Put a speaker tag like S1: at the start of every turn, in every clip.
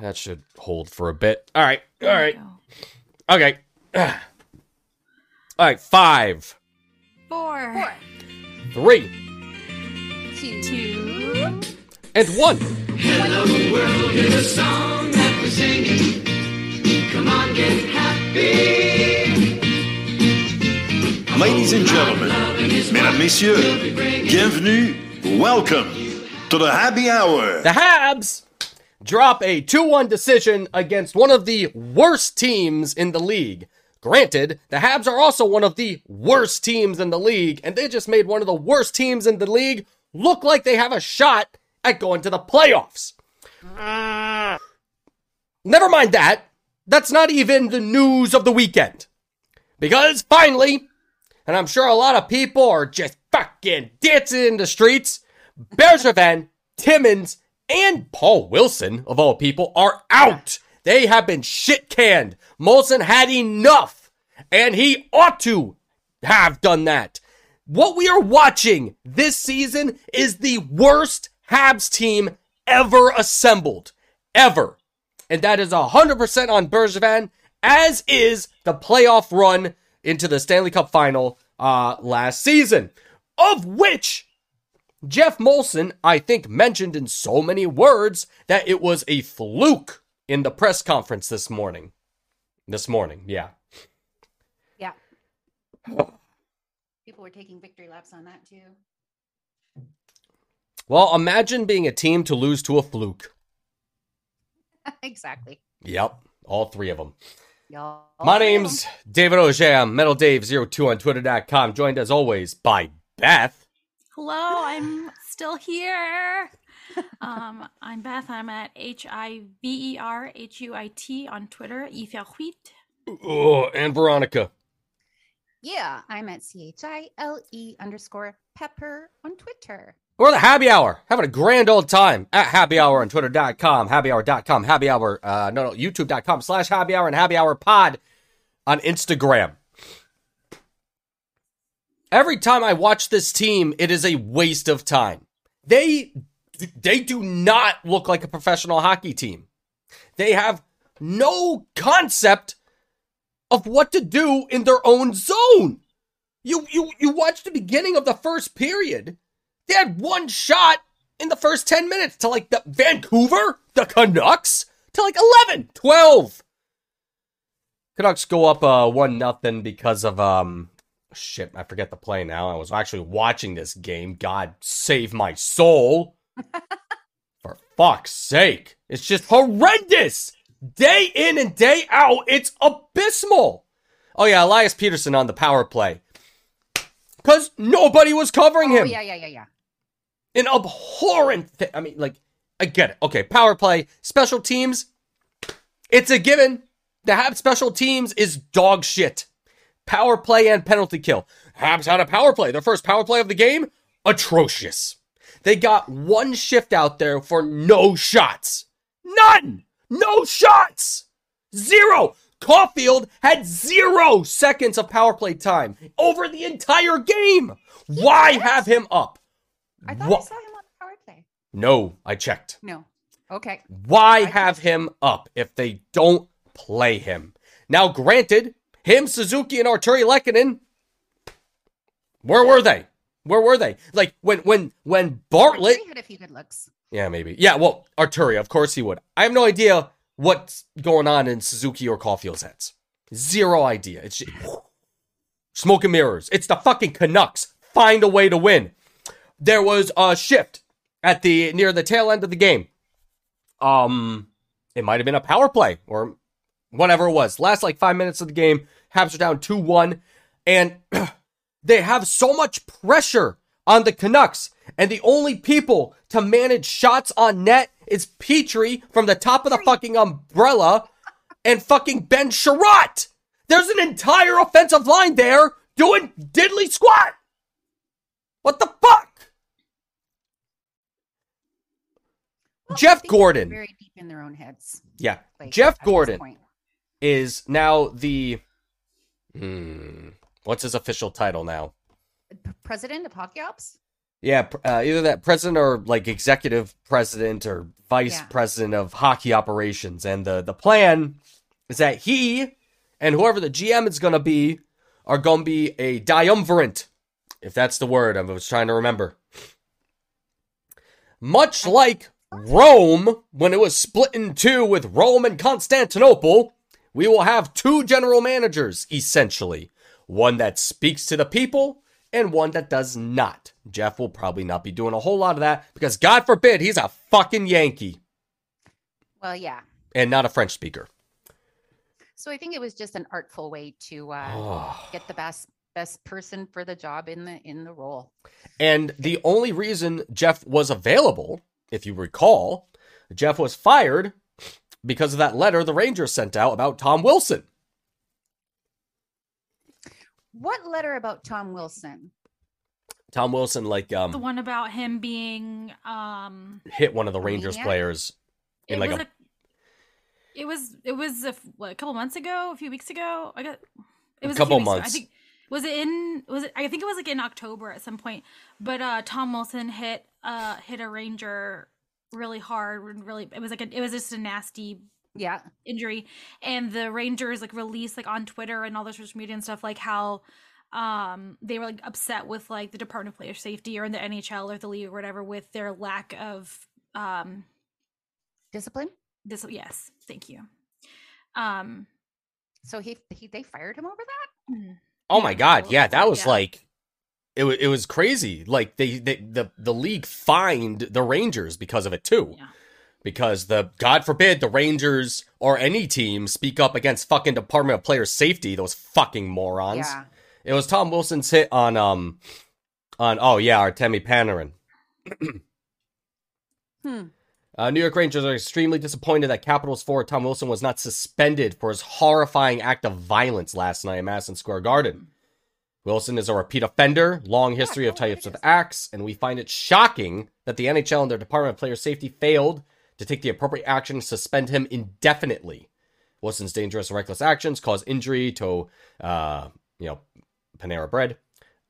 S1: that should hold for a bit. All right. All
S2: There you
S1: right.
S2: go.
S1: Okay. All right. Five,
S2: Four,
S1: three,
S2: two, two,
S1: and one.
S3: Ladies and gentlemen, mesdames, messieurs, bienvenue, welcome to the happy hour.
S1: The Habs drop a 2 1 decision against one of the worst teams in the league. Granted, the Habs are also one of the worst teams in the league, and they just made one of the worst teams in the league look like they have a shot at going to the playoffs. Never mind that. That's not even the news of the weekend. Because finally, and I'm sure a lot of people are just fucking dancing in the streets. Bergevin, Timmins, and Paul Wilson, of all people, are out. They have been shit canned. Molson had enough, and he ought to have done that. What we are watching this season is the worst Habs team ever assembled. Ever. And that is 100% on Bergevin, as is the playoff run into the Stanley Cup final uh, last season, of which Jeff Molson, I think, mentioned in so many words that it was a fluke in the press conference this morning. This morning, yeah.
S4: Yeah. People were taking victory laps on that too.
S1: Well, imagine being a team to lose to a fluke.
S4: exactly.
S1: Yep, all three of them.
S4: Y'all.
S1: My name's David O'Shea. I'm MetalDave02 on Twitter.com, joined as always by Beth.
S2: hello, I'm still here. Um, I'm Beth. I'm at H I V E R H U I T on Twitter, Ifyahuit.
S1: Oh, and Veronica.
S4: Yeah, I'm at C H I L E underscore pepper on Twitter.
S1: We're the happy hour, having a grand old time at happy hour on twitter.com, happyhour.com, happy hour, uh, no, no, youtube.com slash happy hour and happy hour pod on Instagram. Every time I watch this team, it is a waste of time. They, they do not look like a professional hockey team. They have no concept of what to do in their own zone. You, you, you watch the beginning of the first period. They had one shot in the first 10 minutes to like the Vancouver, the Canucks, to like 11, 12. Canucks go up uh, 1 nothing because of um shit, I forget the play now. I was actually watching this game. God save my soul. For fuck's sake. It's just horrendous. Day in and day out, it's abysmal. Oh yeah, Elias Peterson on the power play. Cuz nobody was covering
S4: Oh
S1: him
S4: yeah, yeah, yeah, yeah.
S1: an abhorrent thing. I mean, like, I get it. Okay, power play, special teams. It's a given. The Habs special teams is dog shit. Power play and penalty kill. Habs had a power play. Their first power play of the game, atrocious. They got one shift out there for no shots. None! No shots! Zero! Caulfield had zero seconds of power play time over the entire game. Why have him up?
S4: I thought
S1: Wha-
S4: I saw him on the power play.
S1: no, I checked.
S4: No. Okay.
S1: Why have him up if they don't play him? Now, granted, him, Suzuki, and Arturi Lekkinen, where were they? Where were they? Like when when when Bartlett
S4: He had a few good looks.
S1: yeah, maybe. Yeah, well, Arturi, of course he would. I have no idea what's going on in Suzuki or Caulfield's heads. Zero idea. It's just, smoke and mirrors. It's the fucking Canucks. Find a way to win. There was a shift at the near the tail end of the game. Um, it might have been a power play or whatever it was. Last like five minutes of the game, Habs are down two one, and they have so much pressure on the Canucks, and the only people to manage shots on net is Petrie from the top of the fucking umbrella and fucking Ben Sherratt. There's an entire offensive line there doing diddly squat. What the fuck?
S4: Well, I
S1: Jeff
S4: think they were
S1: Gordon.
S4: Very deep in their own heads.
S1: Yeah.
S4: like,
S1: Jeff
S4: at this
S1: Gordon
S4: point.
S1: is now the. Hmm, what's his official title now?
S4: P- President of Hockey Ops?
S1: Yeah, pr- uh, either that president or like executive president or vice
S4: Yeah.
S1: president of hockey operations. And the the plan is that he and whoever the GM is going to be are going to be a diumvirate, if that's the word I was trying to remember. Much like Rome, when it was split in two with Rome and Constantinople, we will have two general managers, essentially one that speaks to the people and one that does not. Jeff will probably not be doing a whole lot of that because, God forbid, he's a fucking Yankee
S4: Well, yeah.
S1: and not a French speaker.
S4: So I think it was just an artful way to uh,
S1: Oh.
S4: get the best best person for the job in the in the role.
S1: And the only reason Jeff was available, if you recall, Jeff was fired because of that letter the Rangers sent out about Tom Wilson.
S4: What letter about Tom Wilson?
S1: Tom Wilson, like,
S2: The
S1: um,
S2: one about him being um
S1: hit one of the Rangers
S4: maniac?
S1: players in
S2: it
S1: like
S2: was
S1: a,
S2: it was it was a, f- what, a couple months ago, a few weeks ago. I got it was a few
S1: couple
S2: weeks ago.
S1: months.
S2: I think was it in was it I think it was like in October at some point. But uh Tom Wilson hit uh hit a ranger really hard and really it was like a, it was just a nasty
S4: Yeah.
S2: injury and the rangers like released like on twitter and all the social media and stuff like how um they were like upset with like the department of player safety or in the nhl or the league or whatever with their lack of um
S4: Discipline.
S2: this yes thank you um
S4: So he, he they fired him over that?
S1: oh my
S2: yeah,
S1: God.
S2: Tom
S1: Yeah. That
S2: Wilson,
S1: was
S2: yeah.
S1: like, it, wa- it was crazy. Like, they, they, the, the league fined the Rangers because of it too.
S2: Yeah.
S1: Because the, God forbid, the Rangers or any team speak up against fucking Department of Player Safety, those fucking morons.
S4: Yeah.
S1: It was Tom Wilson's hit on um on oh yeah, Artemi Panarin.
S4: Hmm.
S1: Uh, New York Rangers are extremely disappointed that Capitals forward Tom Wilson was not suspended for his horrifying act of violence last night at Madison Square Garden. Wilson is a repeat offender, long history of
S4: no, it
S1: types of acts, and we find it shocking that the NHL and their Department of Player Safety failed to take the appropriate action to suspend him indefinitely. Wilson's dangerous and reckless actions cause injury to, uh, you know, Panera Bread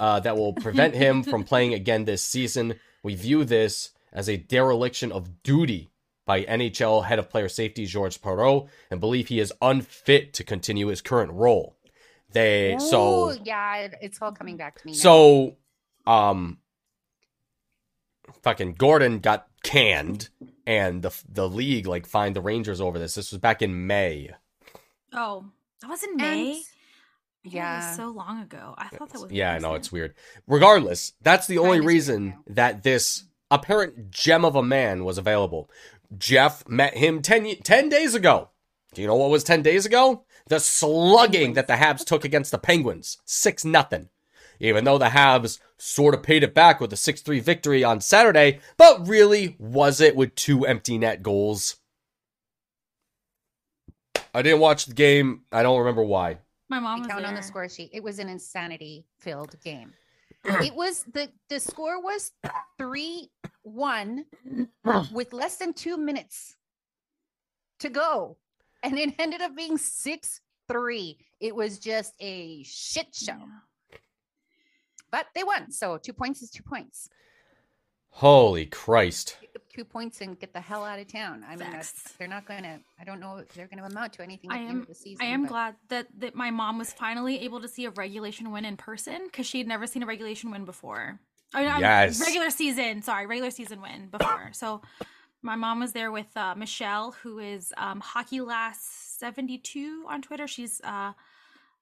S1: uh, that will prevent him from playing again this season. We view this as a dereliction of duty by NHL head of player safety George Perot and believe he is unfit to continue his current role. They so
S4: Ooh, yeah, it- it's all coming back to me. now.
S1: so um fucking Gordon got canned and the the league like fined the Rangers over this. This was back in May.
S2: oh that was in
S4: And-
S2: may I thought that
S4: yeah.
S2: was so long ago i thought that was
S1: Yeah, I know
S2: recent.
S1: it's weird. Regardless, that's the only
S4: is weird
S1: reason
S4: now.
S1: that this apparent gem of a man was available. Jeff met him 10, y- 10 days ago. Do you know what was 10 days ago? The slugging that the Habs took against the Penguins 6 nothing. Even though the Habs sort of paid it back with a 6 3 victory on Saturday, but really was it with two empty net goals? I didn't watch the game. I don't remember why.
S2: my mom
S4: I
S2: was
S4: count on the
S2: there.
S4: score sheet. It was an insanity filled game. it was the the score was three one with less than two minutes to go, and it ended up being six three. It was just a shit show,
S2: Yeah.
S4: but they won. So two points is two points.
S1: Holy Christ.
S4: Pick up two points and get the hell out of town. I mean, that's-
S2: Facts.
S4: they're not going to. I don't know if they're going to amount to anything
S2: I
S4: at the end
S2: am-
S4: of the season.
S2: I am
S4: but-
S2: glad that, that my mom was finally able to see a regulation win in person because she had never seen a regulation win before. I mean, I'm-
S1: Yes.
S2: Regular season, sorry, regular season win before. So my mom was there with uh, Michelle, who is um, Hockey Last 72 on Twitter. She's uh,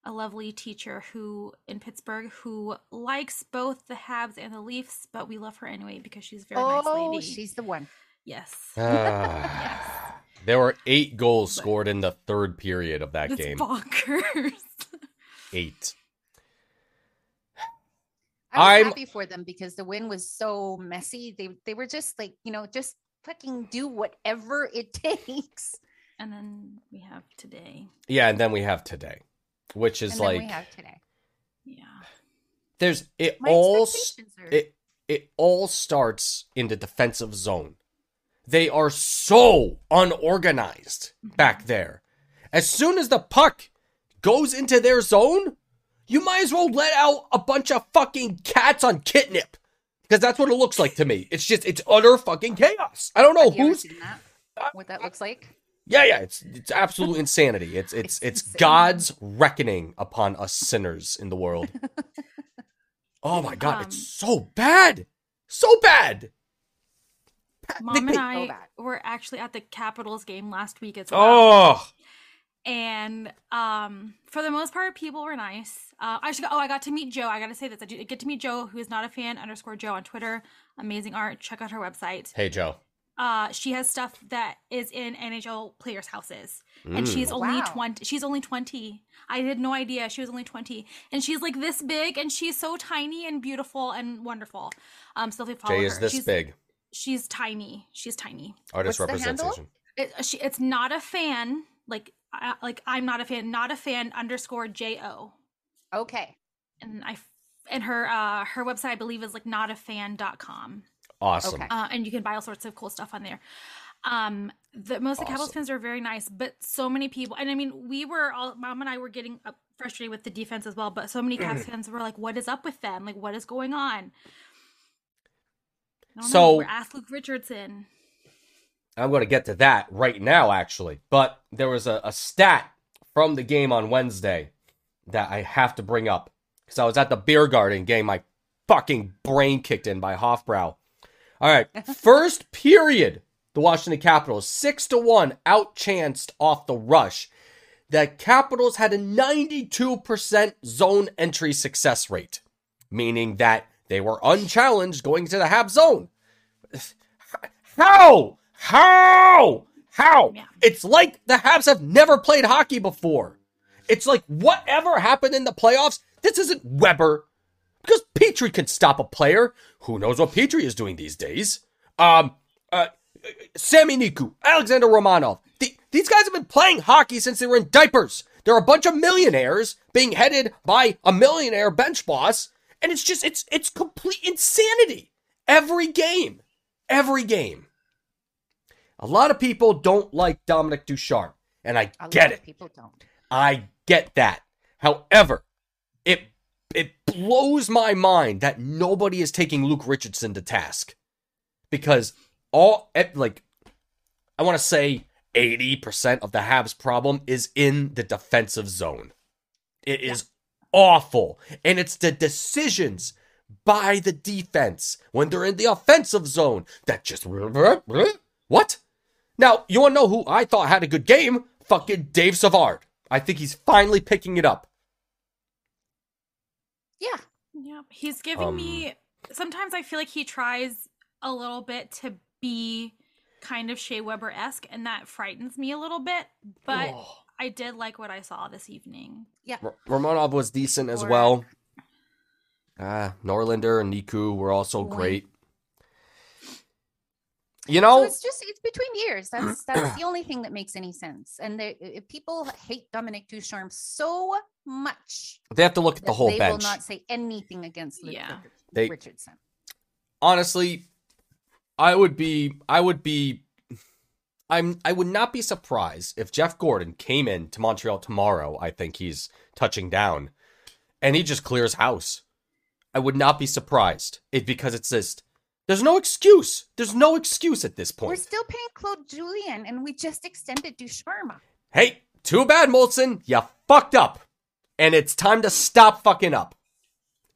S2: a lovely teacher who in Pittsburgh who likes both the Habs and the Leafs, but we love her anyway because she's a very nice
S4: Oh,
S2: lady.
S4: she's the one.
S2: yes.
S1: Ah.
S2: yes.
S1: There were eight goals
S2: But-
S1: scored in the third period of that
S2: It's
S1: game.
S2: bonkers.
S1: Eight.
S4: I was
S1: I'm-
S4: happy for them because the win was so messy. They they were just like, you know, just fucking do whatever it takes.
S2: And then we have today.
S1: Yeah, and then we have today, which is
S4: and then
S1: like
S4: we have today.
S2: Yeah.
S1: there's it
S4: My
S1: all s-
S4: expectations are
S1: it it all starts in the defensive zone. They are so unorganized
S4: Mm-hmm.
S1: back there. As soon as the puck goes into their zone, you might as well let out a bunch of fucking cats on kitnip. because that's what it looks like to me. It's just it's utter fucking chaos. I don't know
S4: Have you ever
S1: oh, who's
S4: seen that? What that looks like?
S1: yeah yeah. It's it's absolute insanity. It's it's it's
S4: It's insane.
S1: God's reckoning upon us sinners in the world. oh my god,
S2: Um,
S1: it's so bad, so bad.
S2: Mom and I
S4: bad.
S2: were actually at the Capitals game last week as well.
S1: Oh
S2: And um, for the most part, people were nice. Uh, I should go, oh, I got to meet Joe. I got to say this. I did get to meet Joe, who is not a fan, underscore Joe on Twitter. Amazing art. Check out her website.
S1: hey Joe.
S2: Uh, she has stuff that is in NHL players' houses. and
S1: Mm.
S2: she's only
S4: Wow.
S2: 20 she's only 20 i had no idea she was only 20 and she's like this big and she's so tiny and beautiful and wonderful um so if you follow
S1: Jay
S2: her
S1: is this
S2: she's,
S1: big
S2: she's tiny she's tiny
S1: artist
S4: What's the handle?
S1: representation.
S2: it, uh, she, it's not a fan like I, like i'm not a fan not a fan underscore jo
S4: Okay.
S2: and i f- and her uh her website i believe is like notafan.com
S1: Awesome.
S4: Okay.
S2: uh, and you can buy all sorts of cool stuff on there. Um, the most of the Capitals
S1: Awesome.
S2: fans are very nice, but so many people, and I mean, we were all mom and I were getting uh, frustrated with the defense as well, but so many Caps fans were like, "What is up with them? Like, what is going on?" I don't know,
S1: So-
S2: we're asked Luke Richardson.
S1: I'm going to get to that right now, actually. But there was a, a stat from the game on Wednesday that I have to bring up because I was at the beer garden game. My fucking brain kicked in by Hofbrau. All right, first period, the Washington Capitals six to one outchanced off the rush. The Capitals had a 92% zone entry success rate, meaning that they were unchallenged going to the half zone. How? How? How?
S2: Yeah.
S1: It's like the Habs have never played hockey before. It's like whatever happened in the playoffs, this isn't Weber. Because Petrie could stop a player. Who knows what Petrie is doing these days? Um, uh, Sammy Niku, Alexander Romanov. The, these guys have been playing hockey since they were in diapers. They're a bunch of millionaires being headed by a millionaire bench boss, and it's just it's it's complete insanity. Every game, every game. A lot of people don't like Dominic Ducharme, and I
S4: A
S1: get
S4: lot
S1: it.
S4: of people don't.
S1: I get that. However, it it blows my mind that nobody is taking Luke Richardson to task because all at like I want to say 80% of the Habs problem is in the defensive zone. It is awful and it's the decisions by the defense when they're in the offensive zone that just what? Now, you want to know who I thought had a good game? Fucking Dave Savard. I think he's finally picking it up.
S4: Yeah.
S2: Yeah, he's giving
S1: Um,
S2: me. Sometimes I feel like he tries a little bit to be kind of Shea Weber esque, and that frightens me a little bit. But I did like what I saw this evening.
S1: R- Romanov was decent as
S4: Or-
S1: well. Ah, Norlander and Niku were also
S4: Boy.
S1: great. You
S4: So
S1: know,
S4: it's just it's between years. That's that's the only thing that makes any sense. And they, i- people hate Dominic Ducharme so much
S1: they have to look at the
S4: that
S1: whole
S4: they
S1: bench.
S4: will not say anything against Luke
S2: Yeah.
S4: Richard-
S1: They-
S4: Richardson.
S1: honestly, I would be I would be I'm I would not be surprised if Jeff Gordon came in to Montreal tomorrow. I think he's touching down and he just clears house. I would not be surprised. It because it's just there's no excuse. There's no excuse at this
S4: We're
S1: point.
S4: still paying Claude Julien, and we just extended Ducharme.
S1: hey, too bad, Molson. You fucked up. And it's time to stop fucking up.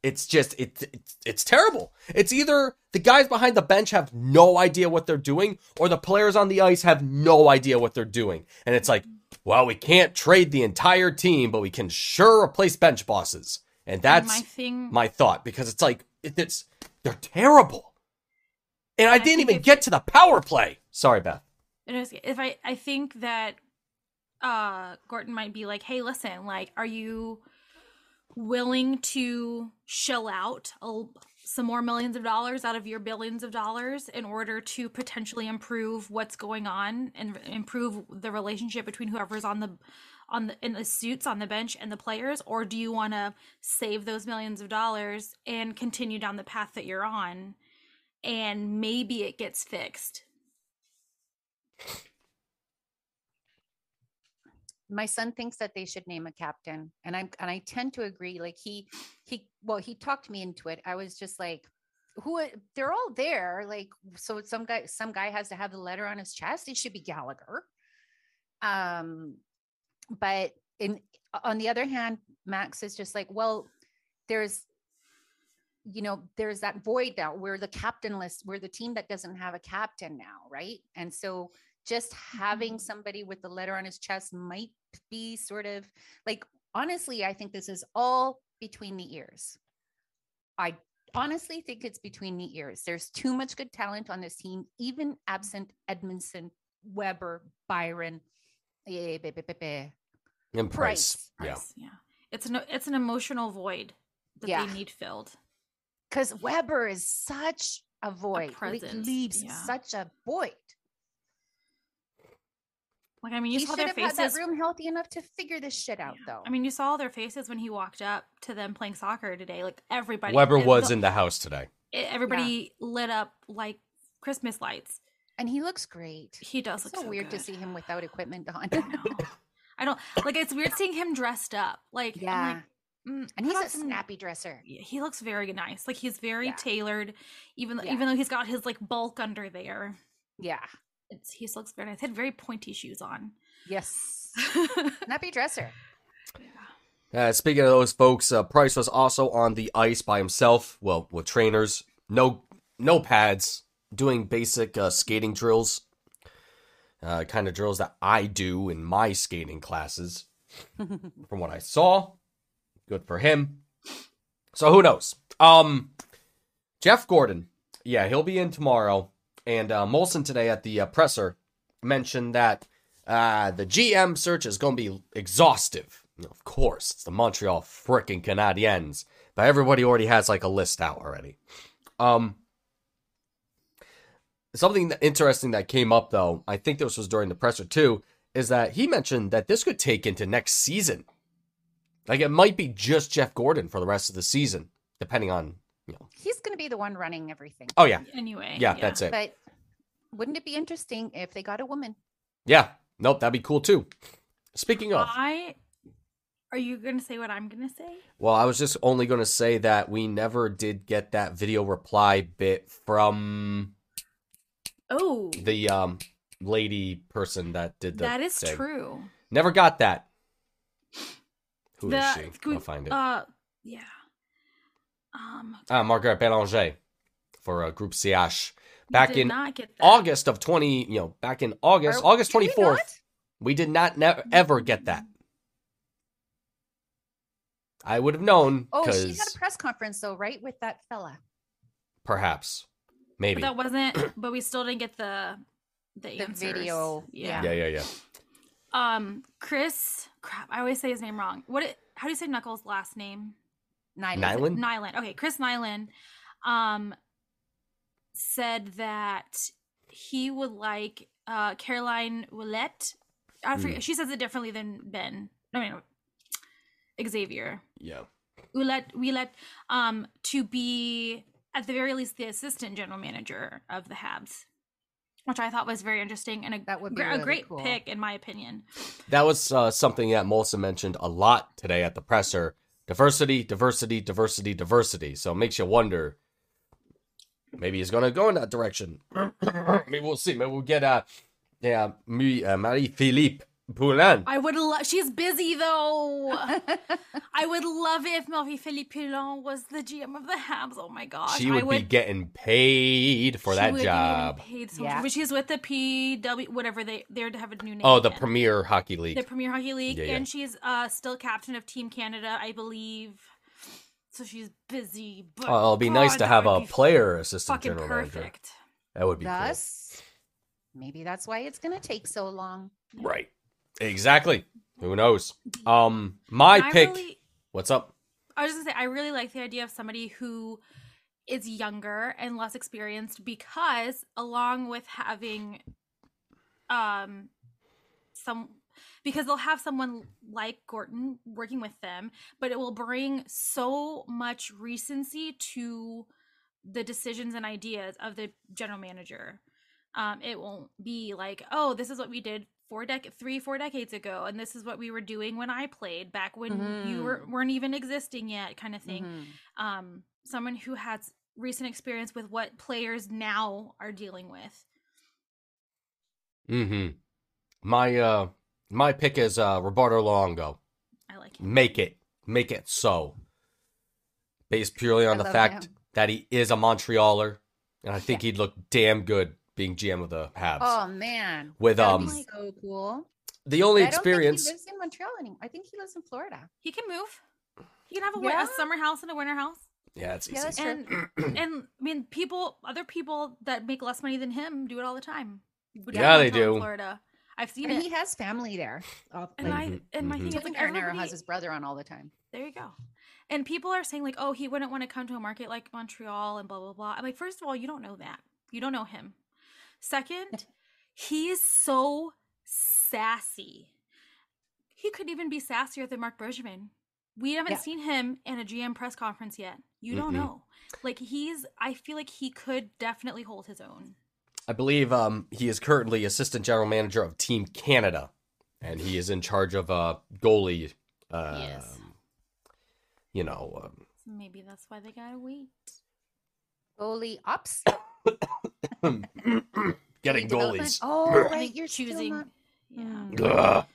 S1: It's just it's it's, it's terrible. It's either the guys behind the bench have no idea what they're doing or the players on the ice have no idea what they're doing. And it's like, well, we can't trade the entire team, but we can sure replace bench bosses. And
S2: And
S1: that's
S2: my thing.
S1: my thought because it's like it, it's they're terrible. And I,
S2: I
S1: didn't
S2: think
S1: even
S2: if-
S1: get to the power play. Sorry, Beth.
S2: And it's- if I, I think that uh, Gorton might be like, hey, listen, like, are you willing to shell out a, l- some more millions of dollars out of your billions of dollars in order to potentially improve what's going on and r- improve the relationship between whoever's on the on the in the suits on the bench and the players or do you want to save those millions of dollars and continue down the path that you're on and maybe it gets fixed
S4: my son thinks that they should name a captain and i'm and i tend to agree like he he well he talked me into it i was just like who they're all there. Like, so some guy, some guy has to have the letter on his chest. It should be Gallagher. Um, but in on the other hand, Max is just like, well, there's you know, there's that void now. We're the captainless, we're the team that doesn't have a captain now, right? And so just having somebody with the letter on his chest might be sort of like honestly, I think this is all between the ears. I honestly think it's between the ears. There's too much good talent on this team, even absent Edmondson, Weber, Byron, eh, be- be- be- be,
S1: And
S4: Price.
S1: Price. Yeah.
S2: Yes, yeah. It's an it's an emotional void that
S4: Yeah.
S2: they need filled.
S4: because Weber is such a void. Like,
S2: presence,
S4: leaves
S2: yeah.
S4: such a void.
S2: Like I mean, you
S4: he
S2: saw
S4: should
S2: their
S4: have had
S2: faces.
S4: that room healthy enough to figure this shit out, though.
S2: I mean, you saw their faces when he walked up to them playing soccer today. Like everybody,
S1: Weber
S2: and
S1: was
S2: the-
S1: in the house today.
S2: e- Everybody lit up like Christmas lights.
S4: and he looks great.
S2: He does
S4: It's
S2: look
S4: so, weird to
S2: good.
S4: see him without equipment on.
S2: I know. I don't like. It's weird seeing him dressed up. Like,
S4: yeah,
S2: I'm like, mm,
S4: and
S2: put
S4: he's
S2: on
S4: a
S2: some-
S4: snappy dresser.
S2: Yeah, He looks very nice. Like he's very
S4: Yeah.
S2: tailored, even though
S4: Yeah.
S2: even though he's got his like bulk under there.
S4: Yeah.
S2: It's, he looks very nice. He had very pointy shoes on.
S4: Yes. snappy dresser.
S1: Uh, speaking of those folks, uh, Price was also on the ice by himself. Well, with trainers, no, no pads, doing basic uh, skating drills, uh, kind of drills that I do in my skating classes. from what I saw, good for him. So who knows? Um, Jeff Gordon, yeah, he'll be in tomorrow, and uh, Molson today at the uh, presser mentioned that uh, the GM search is going to be exhaustive. Of course, it's the Montreal frickin' Canadiens, but everybody already has like a list out already. Um, something that- interesting that came up though, I think this was during the presser too, is that he mentioned that this could take into next season. Like it might be just Jeff Gordon for the rest of the season, depending on you know.
S4: He's going to be the one running everything.
S1: Oh yeah,
S2: anyway,
S1: yeah, that's it.
S4: But wouldn't it be interesting if they got a woman?
S1: Yeah, nope, that'd be cool too. Speaking of,
S2: I are you gonna say what I'm gonna say?
S1: Well, I was just only going to say that we never did get that video reply bit from
S2: Oh,
S1: the um lady person that did the
S2: that is
S1: thing.
S2: true.
S1: Never got that. Who is
S2: The-
S1: she?
S2: can we-
S1: I'll find it.
S2: Uh, yeah. Um,
S1: ah, Margaret Belanger for uh, Group CH
S2: we
S1: back
S2: did
S1: in
S2: not get that.
S1: August of 20, you know, back in August,
S4: Or-
S1: August
S4: did we
S1: 24th.
S4: not?
S1: We did not never ever get that. I would have known
S4: Oh,
S1: cuz
S4: she had a press conference though, right, with that fella.
S1: perhaps
S2: But
S1: maybe.
S2: that wasn't. But we still didn't get the the,
S4: The
S2: answers.
S4: video,
S1: yeah, yeah, yeah.
S2: Um, Chris, crap, I always say his name wrong. What? It, how do you say Knuckles' last name?
S4: Nyland.
S1: Nyland?
S2: Nyland. Okay, Chris Nyland, um, said that he would like uh Caroline Willette. I forget. She says it differently than Ben. No, no, no. Xavier.
S1: Yeah.
S2: we let we let um to be at the very least the assistant general manager of the Habs, which I thought was very interesting and a,
S4: That would be
S2: gr-
S4: really
S2: a great
S4: cool.
S2: pick in my opinion.
S1: That was uh, something that Molson mentioned a lot today at the presser. Diversity, diversity, diversity, diversity. So it makes you wonder. Maybe he's going to go in that direction. maybe we'll see. Maybe we'll get uh, yeah, me, uh, Marie Philippe Poulin.
S2: I would love. She's busy though. I would love it if Marie Philippe Poulin was the GM of the Habs. Oh my gosh,
S1: she would,
S2: I
S1: be getting paid for
S2: she
S1: that
S2: would be getting
S1: job.
S2: paid so
S4: Yeah.
S2: much, but she's with the PW, whatever they they're to have a new name.
S1: Oh, the
S2: again.
S1: Premier Hockey League.
S2: the Premier Hockey League,
S1: Yeah, yeah.
S2: and she's uh still captain of Team Canada, I believe. So she's busy. But
S1: oh, it'll be nice
S2: God,
S1: to
S2: that
S1: have
S2: would
S1: a
S2: be
S1: player assistant
S2: Fucking
S1: general manager.
S2: perfect.
S1: That would be cool.
S4: Thus, maybe that's why it's going to take so long.
S1: Right. Exactly. Who knows? Um, my
S2: And
S1: pick.
S2: Really,
S1: What's up?
S2: I was just gonna say, I really like the idea of somebody who is younger and less experienced because, along with having, um, some because they'll have someone like Gorton working with them, but it will bring so much recency to the decisions and ideas of the general manager. Um, it won't be like, oh, this is what we did four dec- three, four decades ago, and this is what we were doing when I played Mm-hmm. back when you were, weren't even existing yet, kind of thing.
S4: Mhm.
S2: Um, someone who has recent experience with what players now are dealing with.
S1: Mm-hmm. My uh my pick is uh Roberto Longo.
S2: I like him.
S1: Make it. Make it so. Based purely on
S4: I
S1: the
S4: love
S1: fact
S4: him.
S1: that he is a Montrealer, and I think he'd look damn good being GM of the Habs.
S4: Oh man,
S1: With
S4: that'd be
S1: um
S2: Like-
S4: so cool.
S1: the only
S4: I don't
S1: experience
S4: think he lives in Montreal anymore. I think he lives in Florida.
S2: He can move. He can have a, win-
S4: Yeah.
S2: a summer house and a winter house.
S1: Yeah, it's easy.
S4: Yeah, that's true.
S2: And and I mean, people, other people that make less money than him do it all the time. Down
S1: Yeah, they
S2: downtown
S1: do.
S2: Florida, I've seen
S4: And
S2: it.
S4: he has family there. Oh,
S2: and
S4: like,
S2: I and my
S1: mhm.
S2: thing is
S4: it's
S2: like
S4: like Aaron Arrow
S2: everybody-
S4: has his brother on all the time.
S2: There you go. And people are saying like, oh, he wouldn't want to come to a market like Montreal and blah blah blah. I'm like, first of all, you don't know that. You don't know him. Second, he is so sassy. He could even be sassier than Mark Bergevin. We haven't
S4: Yeah.
S2: seen him in a GM press conference yet. You
S1: Mm-mm.
S2: don't know. Like he's, I feel like he could definitely hold his own.
S1: I believe um, he is currently assistant general manager of Team Canada, and he is in charge of uh, goalie. Um,
S2: Yes.
S1: You know, um,
S2: So maybe that's why they gotta wait.
S4: Goalie ups.
S1: um, getting
S4: development.
S1: goalies.
S4: Oh,
S2: I
S4: right.
S2: think
S4: You're choosing.
S2: yeah.
S4: Mm.
S1: Ugh.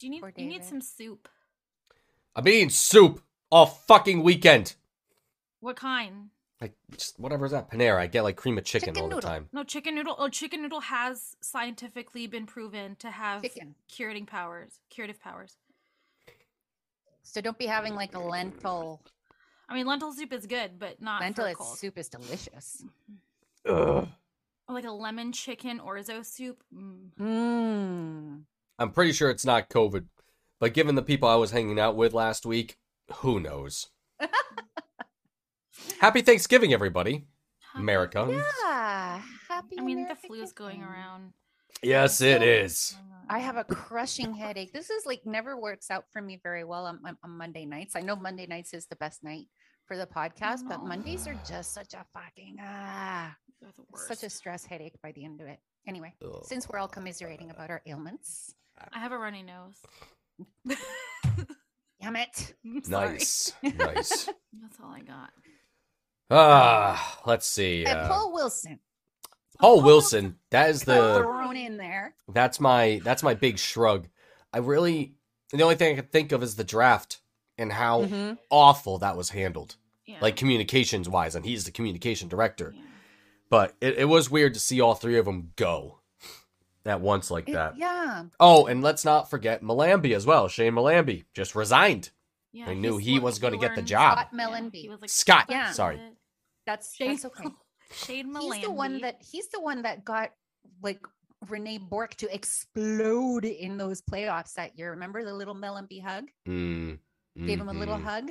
S2: Do you need
S4: Poor
S2: you need
S4: David.
S2: some soup?
S1: I'm eating soup all fucking weekend.
S2: What kind?
S1: Like just whatever's at Panera, I get like cream of chicken,
S4: Chicken
S1: all the
S4: noodle.
S1: time.
S2: No, chicken noodle. Oh, chicken noodle has scientifically been proven to have
S4: chicken.
S2: curating powers, curative powers.
S4: So don't be having like a lentil.
S2: I mean, lentil soup is good, but not
S4: lentil
S2: for
S4: is-
S2: cold.
S4: soup is delicious.
S2: Or like a lemon chicken orzo soup. Mm.
S4: Mmm.
S1: I'm pretty sure it's not COVID, but given the people I was hanging out with last week, who knows? Happy Thanksgiving, everybody.
S2: Happy-
S1: America.
S4: Uh, Yeah. Happy.
S2: I mean, the
S4: American
S2: flu's going
S4: Thanksgiving.
S2: around.
S1: Yes, it is.
S4: I have a crushing headache. This is like never works out for me very well on, on, on Monday nights. I know Monday nights is the best night for the podcast, but
S2: no.
S4: Mondays are just such a fucking ah,
S2: You're the worst.
S4: such a stress headache by the end of it. Anyway,
S1: Oh.
S4: since we're all commiserating about our ailments,
S2: I have a runny nose.
S4: damn it.
S2: I'm sorry.
S1: Nice. Nice.
S2: That's all I got.
S1: Ah, let's see.
S4: And
S1: Uh,
S4: Paul Wilson
S1: Paul Wilson. That is the.
S4: thrown in there.
S1: That's my. That's my big shrug. I really. The only thing I can think of is the draft and how
S4: Mhm.
S2: Mm-hmm.
S1: awful that was handled,
S2: Yeah.
S1: like communications wise, and he's the communication director.
S2: yeah.
S1: But it, it was weird to see all three of them go at once like
S4: It-
S1: that.
S4: yeah.
S1: Oh, and let's not forget Malambi as well. Shane Malambi just resigned.
S2: Yeah,
S1: I knew
S2: he's
S1: he
S2: lear-
S1: was going to get the
S2: learned-
S1: job.
S4: Scott Mellon
S2: Yeah, he
S4: B.
S2: was like,
S1: Scott,
S2: "Fuck
S1: sorry.
S2: it."
S4: That's,
S2: Shade,
S4: that's okay.
S2: Shade
S4: He's the one
S2: Malambi.
S4: that he's the one that got like Renee Bork to explode in those playoffs that year. Remember the little Mellenby hug?
S1: Mm,
S4: Gave him a little
S1: mhm.
S4: hug.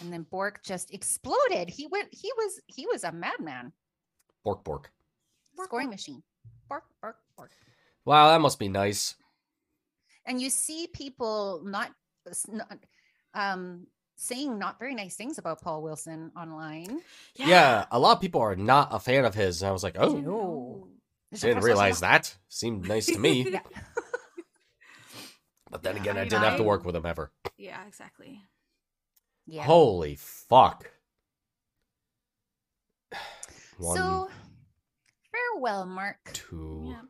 S4: And then Bork just exploded. He went he was he was a madman.
S1: Bork bork.
S2: Bork,
S4: Scoring
S2: bork.
S4: machine. Bork, bork, bork.
S1: Wow, that must be nice.
S4: And you see people not, s- not um saying not very nice things about Paul Wilson online.
S1: Yeah. a lot of people are not a fan of his. And I was like, oh,
S4: No.
S1: didn't realize that. Seemed nice to me. But then
S2: Yeah,
S1: again,
S2: I
S1: I
S2: mean,
S1: didn't have to
S2: I-
S1: work with him ever.
S2: Yeah, exactly.
S4: Yeah.
S1: Holy fuck. One,
S4: So farewell, Mark.
S1: two,
S2: Yeah.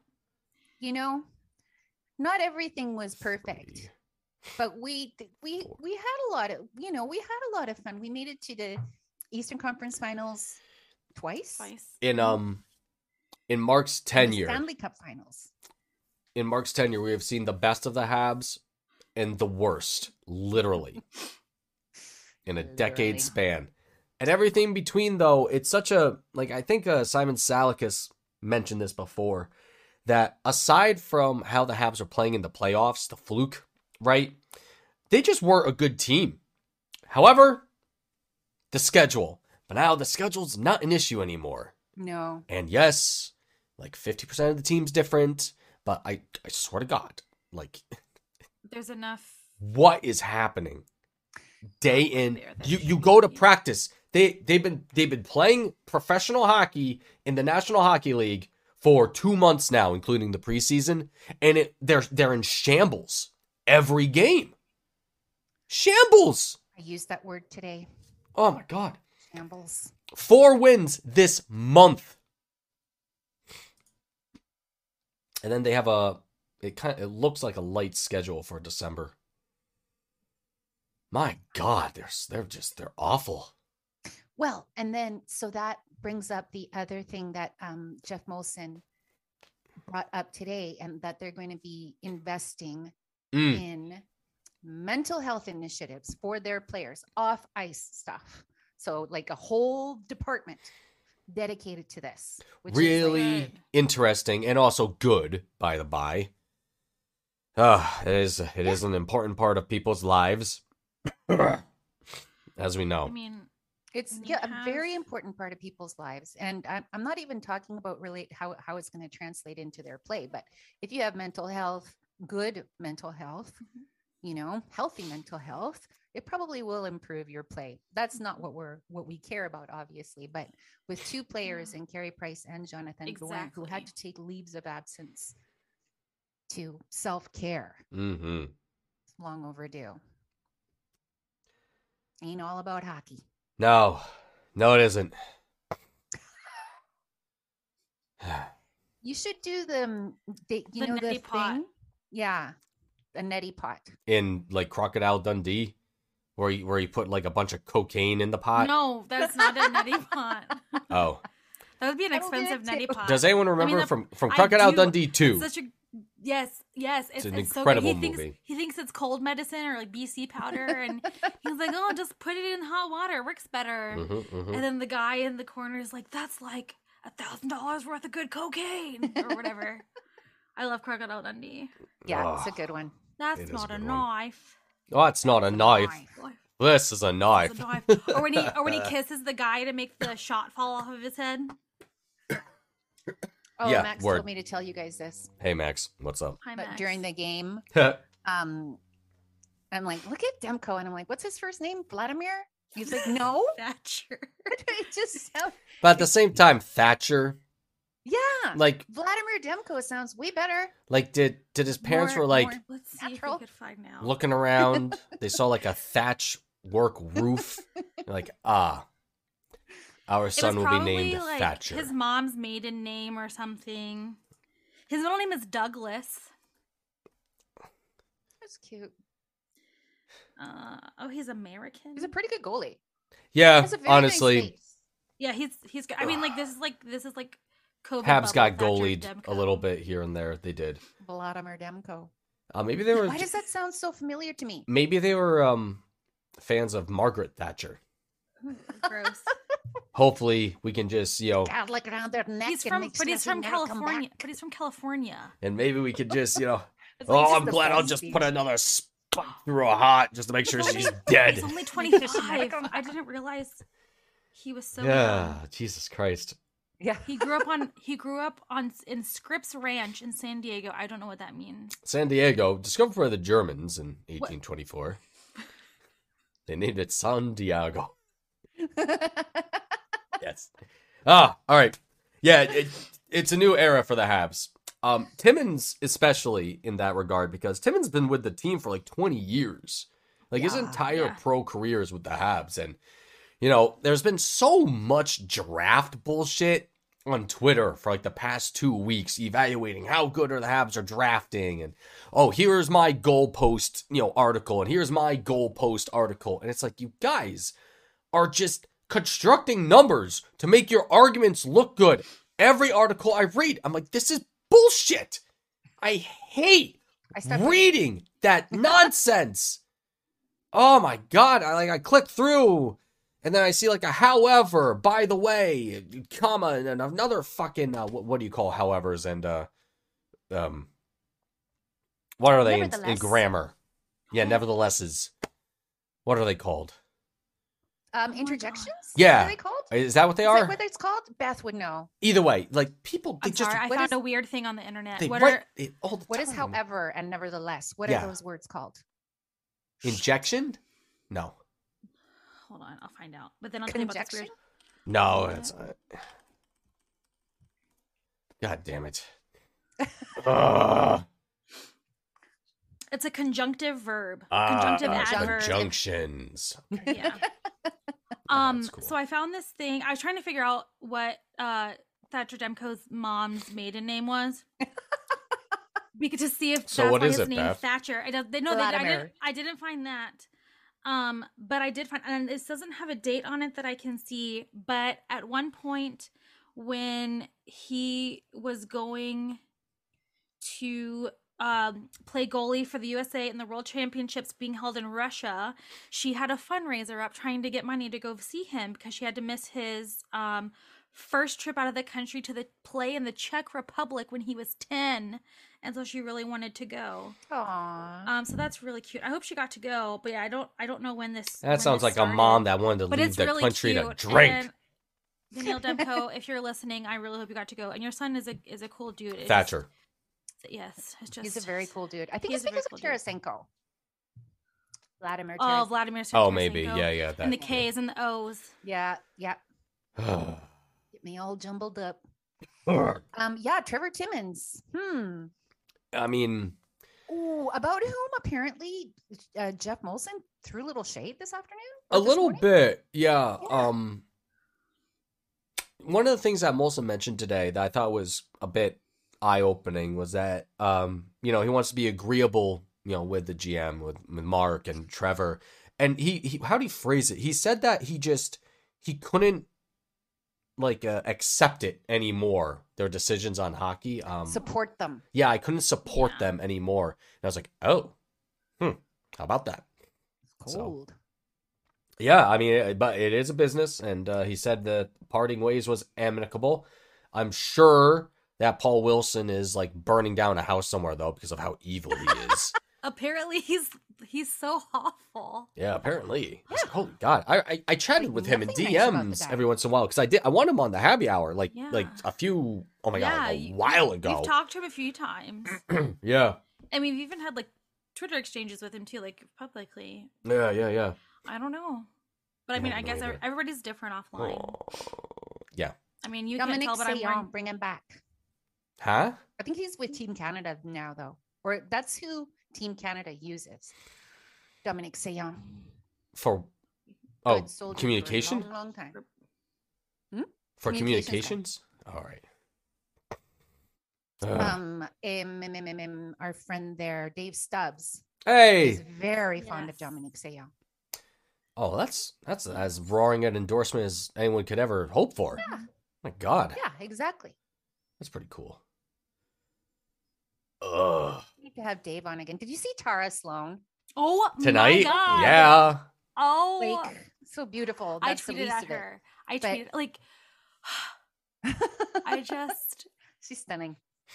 S4: you know not everything was perfect
S1: three.
S4: but we d- we
S1: four.
S4: we had a lot of you know we had a lot of fun we made it to the eastern conference finals twice, and
S2: Twice.
S1: In um, in Mark's
S4: the
S1: tenure,
S4: stanley cup finals
S1: in Mark's tenure, we have seen the best of the Habs and the worst, literally, in a
S4: Literally.
S1: decade span. And everything between, though, it's such a like I think uh, Simon Salakas mentioned this before that aside from how the Habs are playing in the playoffs, the fluke, right? They just weren't a good team. However, the schedule. But now the schedule's not an issue anymore.
S4: no
S1: And yes, like 50% of the team's different, but I, I swear to God, like,
S2: There's enough.
S1: what is happening? Day in,
S2: There, that
S1: you, you
S2: shouldn't
S1: go to
S2: be.
S1: practice. They they've been they've been playing professional hockey in the National Hockey League for two months now, including the preseason, and it they're they're in shambles every game. Shambles.
S4: i used that word today
S1: Oh my god.
S4: shambles
S1: Four wins this month. And then they have a it kind it looks like a light schedule for December. My God, they're s- they're just they're awful.
S4: Well, and then so that brings up the other thing that um, Jeff Molson brought up today, and that they're going to be investing
S1: Mm.
S4: in mental health initiatives for their players, off ice stuff. So, like a whole department dedicated to this. is, like,
S1: really
S2: good.
S1: interesting and also good by the by Ah, it is it is an important part of people's lives as we
S2: I
S1: know
S2: mean,
S4: It's
S2: and you
S4: yeah, a very
S2: have-
S4: important part of people's lives, and I'm, I'm not even talking about relate how how it's going to translate into their play. But if you have mental health, good mental health,
S2: Mm-hmm.
S4: you know, healthy mental health, it probably will improve your play. That's
S2: Mm-hmm.
S4: not what we're what we care about, obviously. But with two players in Carey Price and Jonathan Drouin, who
S2: Exactly.
S4: had to take leaves of absence to self care,
S1: mm-hmm
S4: long overdue. Ain't all about hockey.
S1: no no it isn't
S4: You should do the, um, the you
S2: The
S4: know the
S2: neti pot.
S4: thing. Yeah, the neti pot.
S1: in like crocodile dundee where you where you put like a bunch of cocaine in the pot
S2: no, that's not a neti pot.
S1: oh
S2: that would be an
S4: I will do
S2: expensive
S4: it too.
S2: neti pot.
S1: does anyone remember
S2: the-
S1: from from
S2: I
S1: crocodile
S2: do.
S1: dundee 2
S2: Such a yes, yes. It's,
S1: an
S2: it's
S1: incredible
S2: so good. He
S1: movie.
S2: Thinks, he thinks it's cold medicine or like BC powder, and he's like, "Oh, just put it in hot water, works better."
S1: Mhm, mhm.
S2: And then the guy in the corner is like, "That's like a thousand dollars worth of good cocaine or whatever." I love Crocodile Dundee.
S4: Yeah, it's a
S1: Ah.
S4: good one.
S2: That's
S1: It is a
S2: not a,
S1: good one.
S2: knife.
S1: oh it's not a
S4: The
S1: knife
S2: Boy,
S1: this is a knife
S2: it's a knife. or when he or when he kisses the guy to make the shot fall off of his head.
S4: Oh,
S1: Yeah,
S4: Max
S1: word.
S4: told me to tell you guys this,
S1: hey max what's up
S2: Hi,
S4: but
S2: Max.
S4: during the game, um, I'm like, look at Demko, and I'm like, what's his first name? Vladimir. He's like, no.
S2: Thatcher.
S4: it just sounds.
S1: But at the same time, Thatcher,
S4: Yeah,
S1: like,
S4: Vladimir Demko sounds way better.
S1: like did did his parents
S4: More-
S1: were like
S4: more-
S2: Let's see if
S4: Natural.
S2: we could find out.
S1: looking around, they saw like a thatch work roof, They're like ah, our
S2: It was
S1: son will be named
S2: probably, like,
S1: Thatcher.
S2: His mom's maiden name or something. His middle name is Douglas.
S4: That's cute.
S2: Uh, oh, he's American.
S4: He's a pretty good goalie.
S1: yeah,
S4: Has a very nice
S1: honestly,
S4: face.
S2: yeah, he's he's. I mean, like this is like this is like. COVID
S1: Habs got
S2: bubble, Thatcher,
S1: goalied a
S2: Demko.
S1: little bit here and there. They did.
S4: Vladimir Demko.
S1: Uh, maybe they were.
S4: Why does that sound so familiar to me?
S1: Maybe they were um fans of Margaret Thatcher.
S2: Gross.
S1: Hopefully, we can just you know,
S4: God, look around their neck.
S2: he's
S4: and
S2: from,
S4: makes
S2: but he's
S4: nothing
S2: from
S4: never come
S2: California.
S4: back.
S2: But he's from California.
S1: and maybe we could just you know.
S4: It's like
S1: Oh,
S4: just
S1: I'm
S4: the
S1: glad I'll
S4: best
S1: just
S4: beat.
S1: put another spot through a heart just to make sure she's dead.
S2: He's only
S4: Just knock
S2: 25.
S4: him
S2: I didn't realize he was so.
S1: yeah,
S2: young.
S1: Jesus Christ.
S4: Yeah.
S2: He grew up on he grew up on in Scripps Ranch in San Diego. I don't know what that means.
S1: San Diego, discovered by the Germans in 1824. They named it San Diego. Yes. Ah, all right. Yeah, it, it's a new era for the Habs. Um, Timmins, especially in that regard, because Timmins been with the team for like 20 years. Like his
S4: Yeah,
S1: entire
S2: yeah.
S1: pro career is with the Habs. And, you know, there's been so much draft bullshit on Twitter for like the past two weeks, evaluating how good are the Habs are drafting. And, oh, here's my goalpost, you know, article. And here's my goalpost article. And it's like, you guys are just constructing numbers to make your arguments look good. Every article I read, I'm like, this is bullshit. I hate
S4: I stopped
S1: reading that nonsense. oh my god! I like I click through, and then I see like a however, by the way, comma, and then another fucking uh, what, what do you call however's and uh, um, what are they in, in
S4: Nevertheless.
S1: grammar? Yeah, neverthelesses. What are they called?
S4: Um,
S2: Oh my God.
S4: interjections?
S1: Yeah.
S4: Are they called?
S1: Is that what they
S4: Is
S1: are?
S4: that what it's called? Beth would know.
S1: Either way, like people, they
S2: I'm
S1: just
S2: sorry, I
S4: what
S2: found
S4: is-
S2: a weird thing on the internet.
S1: they
S2: what
S1: write
S2: are
S1: it all the
S4: What is
S1: time.
S4: however and nevertheless? What
S1: Yeah.
S4: are those words called?
S1: injection? No,
S2: hold on, I'll find out. But then I'll tell you about this weird.
S4: Conjunction?
S1: no, it's. Uh... God damn it! Ah, Ugh.
S2: It's a conjunctive verb.
S1: Ah,
S2: Conjunctive adverb.
S1: conjunctions.
S2: Yeah. Um,
S1: that's cool.
S2: so I found this thing. I was trying to figure out what uh Thatcher Demko's mom's maiden name was. because to see if
S1: So
S2: that's
S1: what
S2: why
S1: is
S2: his
S1: it,
S2: name
S1: Beth?
S2: Thatcher. I don't, they know that I didn't
S4: Vladimir.
S2: I didn't find that. Um, but I did find and this doesn't have a date on it that I can see, but at one point when he was going to um, play goalie for the USA in the World Championships being held in Russia, she had a fundraiser up trying to get money to go see him because she had to miss his um, first trip out of the country to the play in the Czech Republic when he was 10. And so she really wanted to go.
S4: Aww.
S2: Um, so that's really cute. I hope she got to go, but yeah, I don't, I don't know when this.
S1: That sounds like a mom that wanted to
S2: but
S1: leave
S2: it's
S1: the
S2: really
S1: country
S2: cute.
S1: to drink.
S2: And Neil Demko, if you're listening, I really hope you got to go. And your son is a is a cool dude. It's just-
S1: Thatcher.
S2: yes, it's just
S4: He's a very cool dude. I think
S2: He's
S4: it's
S2: a very
S4: because
S2: cool
S4: of
S2: dude.
S4: Tarasenko. Vladimir
S2: Oh,
S4: Tarasenko.
S2: Vladimir.
S1: Oh, maybe.
S2: Tarasenko.
S1: Yeah, yeah.
S2: And the K's and the O's.
S4: yeah, yeah.
S1: that-
S4: Get me all jumbled up. Um, yeah, Trevor Timmons. Hmm.
S1: I mean,
S4: Ooh, about whom apparently uh, Jeff Molson threw a little shade this afternoon.
S1: a
S4: or this
S1: little
S4: morning?
S1: bit yeah,
S4: Yeah.
S1: um one of the things that Molson mentioned today that I thought was a bit eye opening was that um you know he wants to be agreeable you know with the GM with, with Mark and Trevor and he, he how do you phrase it he said that he just he couldn't like uh, accept it anymore their decisions on hockey um
S4: Support them.
S1: yeah I couldn't support
S2: Yeah.
S1: them anymore and I was like oh hmm how about that So-
S4: Cold.
S1: Yeah, I mean, it- but it is a business, and uh, he said the parting ways was amicable. I'm sure that Paul Wilson is like burning down a house somewhere though because of how evil he is.
S2: Apparently, he's he's so awful.
S1: yeah, apparently. I was like, Holy God! I I, I chatted
S4: Like,
S1: with him in
S4: nothing nice about the
S1: DMs
S4: guy.
S1: every once in a while because I did I want him on the Happy Hour like
S2: Yeah.
S1: like a few oh my God like, a
S2: you-
S1: while ago.
S2: We've talked to him a few times,
S1: yeah,
S2: and we've even had like Twitter exchanges with him too, like publicly.
S1: yeah, yeah, yeah.
S2: I don't know, but I
S1: I
S2: mean,
S1: don't
S2: I
S1: know
S2: guess
S1: either.
S2: everybody's different offline.
S1: Yeah.
S2: I mean, you
S4: Dominic
S2: can't tell, but I'm
S4: Sayon,
S2: wearing.
S4: bring him back.
S1: Huh?
S4: I think he's with
S2: Mm-hmm.
S4: Team Canada now, though, or that's who Team Canada uses. Dominic Sayon.
S1: For
S4: Good
S1: oh
S4: soldier for a
S1: communication
S4: long, long time.
S1: for communications.
S4: communications
S1: All right. Ugh.
S4: Um, em, em, em, em, em, our friend there, Dave Stubbs,
S1: hey.
S4: is very fond of
S2: Yes.
S4: Dominic Sayon.
S1: Oh, that's that's as roaring an endorsement as anyone could ever hope for.
S4: Yeah.
S1: My God,
S4: Yeah, exactly.
S1: that's pretty cool. Ugh.
S4: We need to have Dave on again. Did you see Tara Sloan?
S2: Oh
S1: Tonight,
S2: my God.
S1: yeah,
S2: Oh,
S4: Like so beautiful.
S2: I
S4: That's the
S2: tweeted
S4: least
S2: at
S4: of it.
S2: her. I
S4: but-
S2: tweeted like I just.
S4: She's stunning.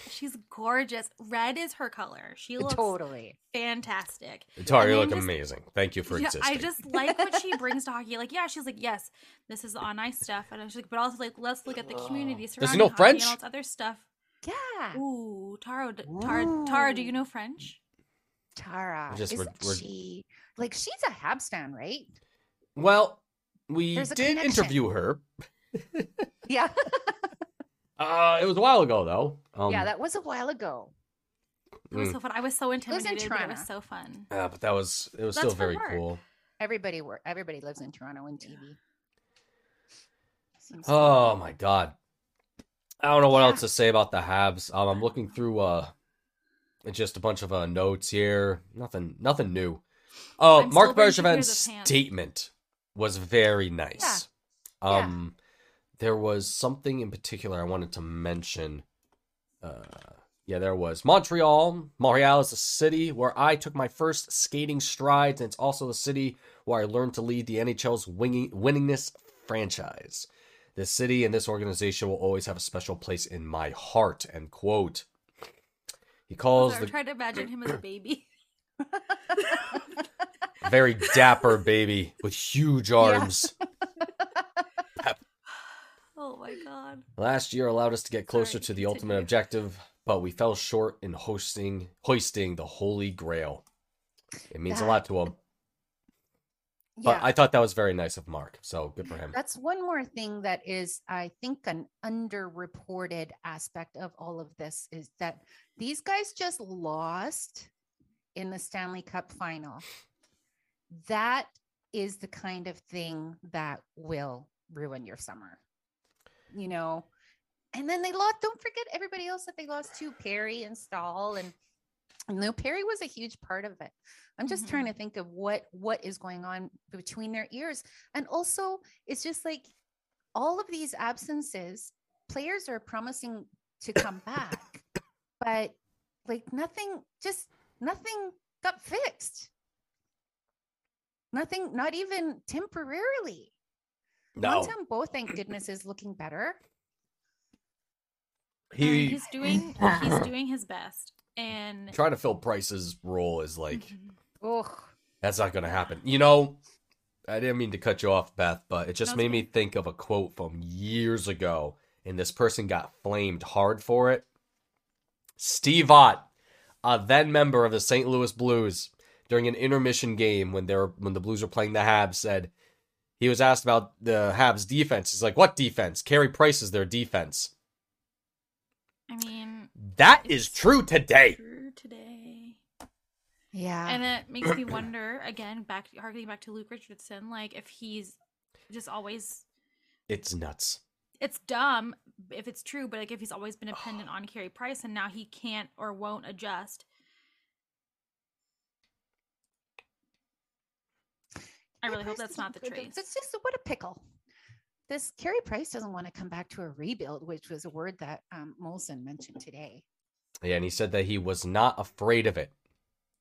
S2: She's gorgeous. Red is her color. She looks
S4: Totally.
S2: fantastic.
S1: Tara, you
S2: And
S1: look
S2: then just-
S1: amazing. Thank you for
S2: yeah,
S1: existing.
S2: I just like what she brings to hockey. Like, yeah, she's like, yes, this is on ice stuff, and I was like, but also like, let's look at the community
S1: you
S2: surrounding
S1: know
S2: hockey
S1: French?
S2: and all its other stuff.
S4: Yeah.
S2: Ooh, Tara, d- Tara, Tara, do you know French?
S4: Tara.
S1: just- we're-
S4: isn't
S1: we're-
S4: she like she's a Habs fan, right?
S1: well, we
S4: There's a
S1: did
S4: connection.
S1: interview her.
S4: Yeah.
S1: Uh, it was a while ago though. Um,
S4: yeah, that was a while ago.
S2: It was
S1: Mm.
S2: so fun. I was so
S4: was in
S2: intimidated, but it was
S4: Toronto.
S2: so fun.
S1: uh, but that was it was
S2: That's
S1: still
S2: her
S1: very
S2: work.
S1: cool.
S4: Everybody were everybody lives in Toronto and TV. Seems to-
S1: Oh my god. I don't know what
S4: Yeah.
S1: else to say about the Habs. Um, I'm looking through uh just a bunch of uh, notes here. Nothing nothing new. Oh,
S2: I'm still
S1: Mark
S2: wearing two pairs
S1: Bergevin's
S2: of pants.
S1: statement was very nice.
S4: Yeah.
S1: Um there was something in particular I wanted to mention. Uh yeah, there was Montreal. Montreal is a city where I took my first skating strides, and it's also the city where I learned to lead the NHL's winning, winningness franchise. This city and this organization will always have a special place in my heart. End quote. He calls
S2: I
S1: the
S2: tried to imagine him as a baby.
S1: very dapper baby with huge arms.
S2: Oh my god.
S1: Last year allowed us to get closer
S2: Sorry,
S1: to the ultimate
S2: continue.
S1: objective, but we fell short in hosting hoisting the holy grail. It means a
S4: That-
S1: lot to him.
S4: yeah.
S1: But I thought that was very nice of Mark. So good for him.
S4: That's one more thing that is, I think, an underreported aspect of all of this is that these guys just lost in the Stanley Cup final. That is the kind of thing that will ruin your summer. You know, and then they lost. Don't forget everybody else that they lost to Perry and Stahl, and and no Perry was a huge part of it. I'm just
S2: Mhm.
S4: trying to think of what what is going on between their ears, and also it's just like all of these absences. Players are promising to come back, but like nothing, just nothing got fixed. Nothing, not even temporarily.
S1: No,
S4: Montan Bo, thank goodness, is looking better.
S2: I mean,
S1: he
S2: uh, he's doing he's doing his best, and
S1: trying to fill Price's role is like
S2: Mhm.
S4: Oh,
S1: that's not going to happen. You know, I didn't mean to cut you off, Beth, but it just
S2: No, it's
S1: made me think of a quote from years ago, and this person got flamed hard for it. Steve Ott, a then member of the St. Louis Blues, during an intermission game when they were when the Blues were playing the Habs, said he was asked about the Habs defense. He's like, "What defense? Carey Price is their defense."
S2: I mean,
S1: That is true today.
S2: true today.
S4: yeah.
S2: And it makes me wonder again, back harkening back to Luke Richardson, like if he's just always
S1: It's nuts.
S2: it's dumb if it's true, but like if he's always been dependent on Carey Price and now he can't or won't adjust. I
S4: Yeah,
S2: really hope
S4: Price
S2: that's not the
S4: doesn't- th-
S2: case.
S4: th- It's just what a pickle. This Carey Price doesn't want to come back to a rebuild, which was a word that um, Molson mentioned today.
S1: Yeah, and he said that he was not afraid of it.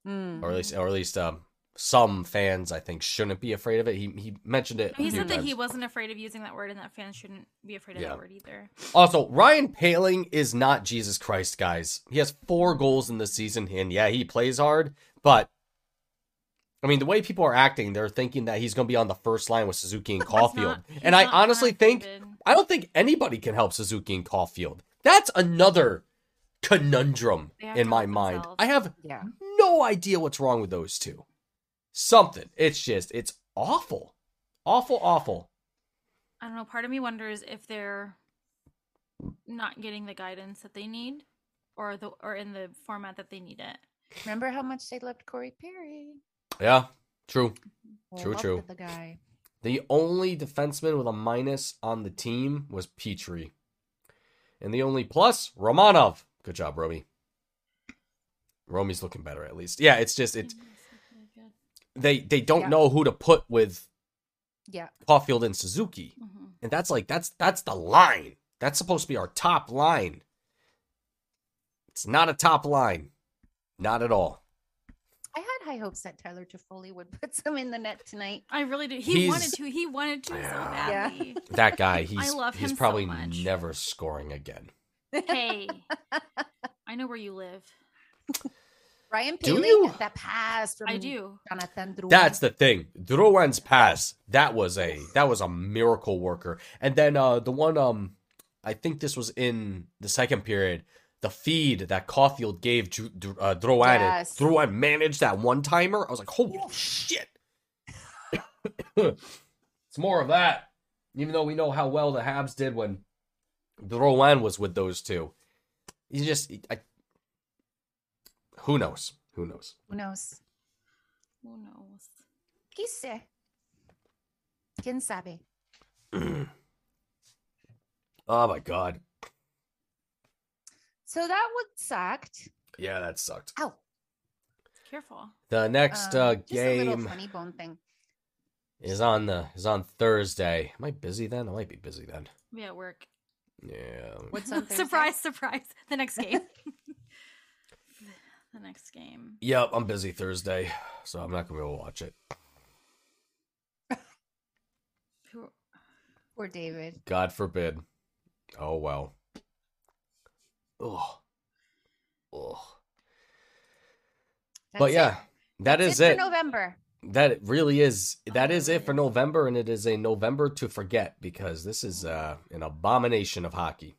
S4: Mm.
S1: or at least, or at least, um, some fans I think shouldn't be afraid of it. He he mentioned it. a
S2: He
S1: few
S2: said that he
S1: times.
S2: wasn't afraid of using that word and that fans shouldn't be afraid of
S1: Yeah.
S2: that word either.
S1: Also, Ryan Paling is not Jesus Christ, guys. He has four goals in the season, and yeah, he plays hard, but. I mean, the way people are acting, they're thinking that he's going to be on the first line with Suzuki and
S2: He's
S1: Caulfield.
S2: not- he's
S1: and I
S2: not
S1: honestly think,
S2: motivated.
S1: I don't think anybody can help Suzuki and Caulfield. That's another conundrum
S2: They have
S1: in
S2: to
S1: my
S2: help
S1: mind.
S2: themselves.
S1: I have
S4: Yeah.
S1: no idea what's wrong with those two. Something. It's just, it's awful. Awful, awful.
S2: I don't know. Part of me wonders if they're not getting the guidance that they need, or the or in the format that they need it.
S4: Remember how much they loved Corey Perry?
S1: Yeah, true. True,
S4: Loved
S1: true.
S4: The guy.
S1: The only defenseman with a minus on the team was Petrie. And the only plus, Romanov. Good job, Romy. Romy's looking better at least. Yeah, it's just it's they they don't
S4: Yeah.
S1: know who to put with
S4: Yeah.
S1: Caulfield and Suzuki.
S2: hmm
S1: And that's like that's that's the line. That's supposed to be our top line. It's not a top line. Not at all.
S4: I had high hopes that Tyler Toffoli would put some in the net tonight.
S2: I really do. He
S1: He's-
S2: wanted to. He wanted to so
S1: Yeah.
S2: badly.
S1: That guy, he's
S2: love
S1: he's
S2: him so
S1: probably
S2: much.
S1: never scoring again.
S2: hey, I know where you live.
S4: Ryan
S1: Do
S4: Paley,
S1: you?
S4: got that pass from
S2: I do.
S4: Jonathan Drouin.
S1: That's the thing. Drouin's pass, that was a that was a miracle worker. And then uh the one um I think this was in the second period, the feed that Caulfield gave Ju- Dr- uh, Drouin, and
S4: Yes.
S1: Drouin managed that one timer. I was like, holy shit! it's more of that. Even though we know how well the Habs did when Drouin was with those two, you just I, who knows? Who knows?
S4: Who knows?
S2: Who knows?
S4: Kise. Kin sabe.
S1: Oh my god!
S4: So that would sucked.
S1: Yeah, that sucked.
S4: Ow.
S2: Careful.
S1: The next
S4: Um,
S1: uh,
S4: just a little
S1: game
S4: funny bone thing.
S1: is on the is on Thursday. Am I busy then? I might be busy then.
S2: Be at work.
S1: Yeah.
S4: What's on Thursday?
S2: surprise! Surprise! The next game. the next game.
S1: Yep, I'm busy Thursday, so I'm not gonna be able to watch it.
S2: Who-
S4: Poor David.
S1: God forbid. Oh well. Ugh. Ugh. But
S4: That's it.
S1: yeah, that
S4: That's
S1: is
S4: it
S1: it.
S4: for November.
S1: That really is that is it for
S2: Alright.
S1: November, and it is a November to forget because this is uh, an abomination of hockey.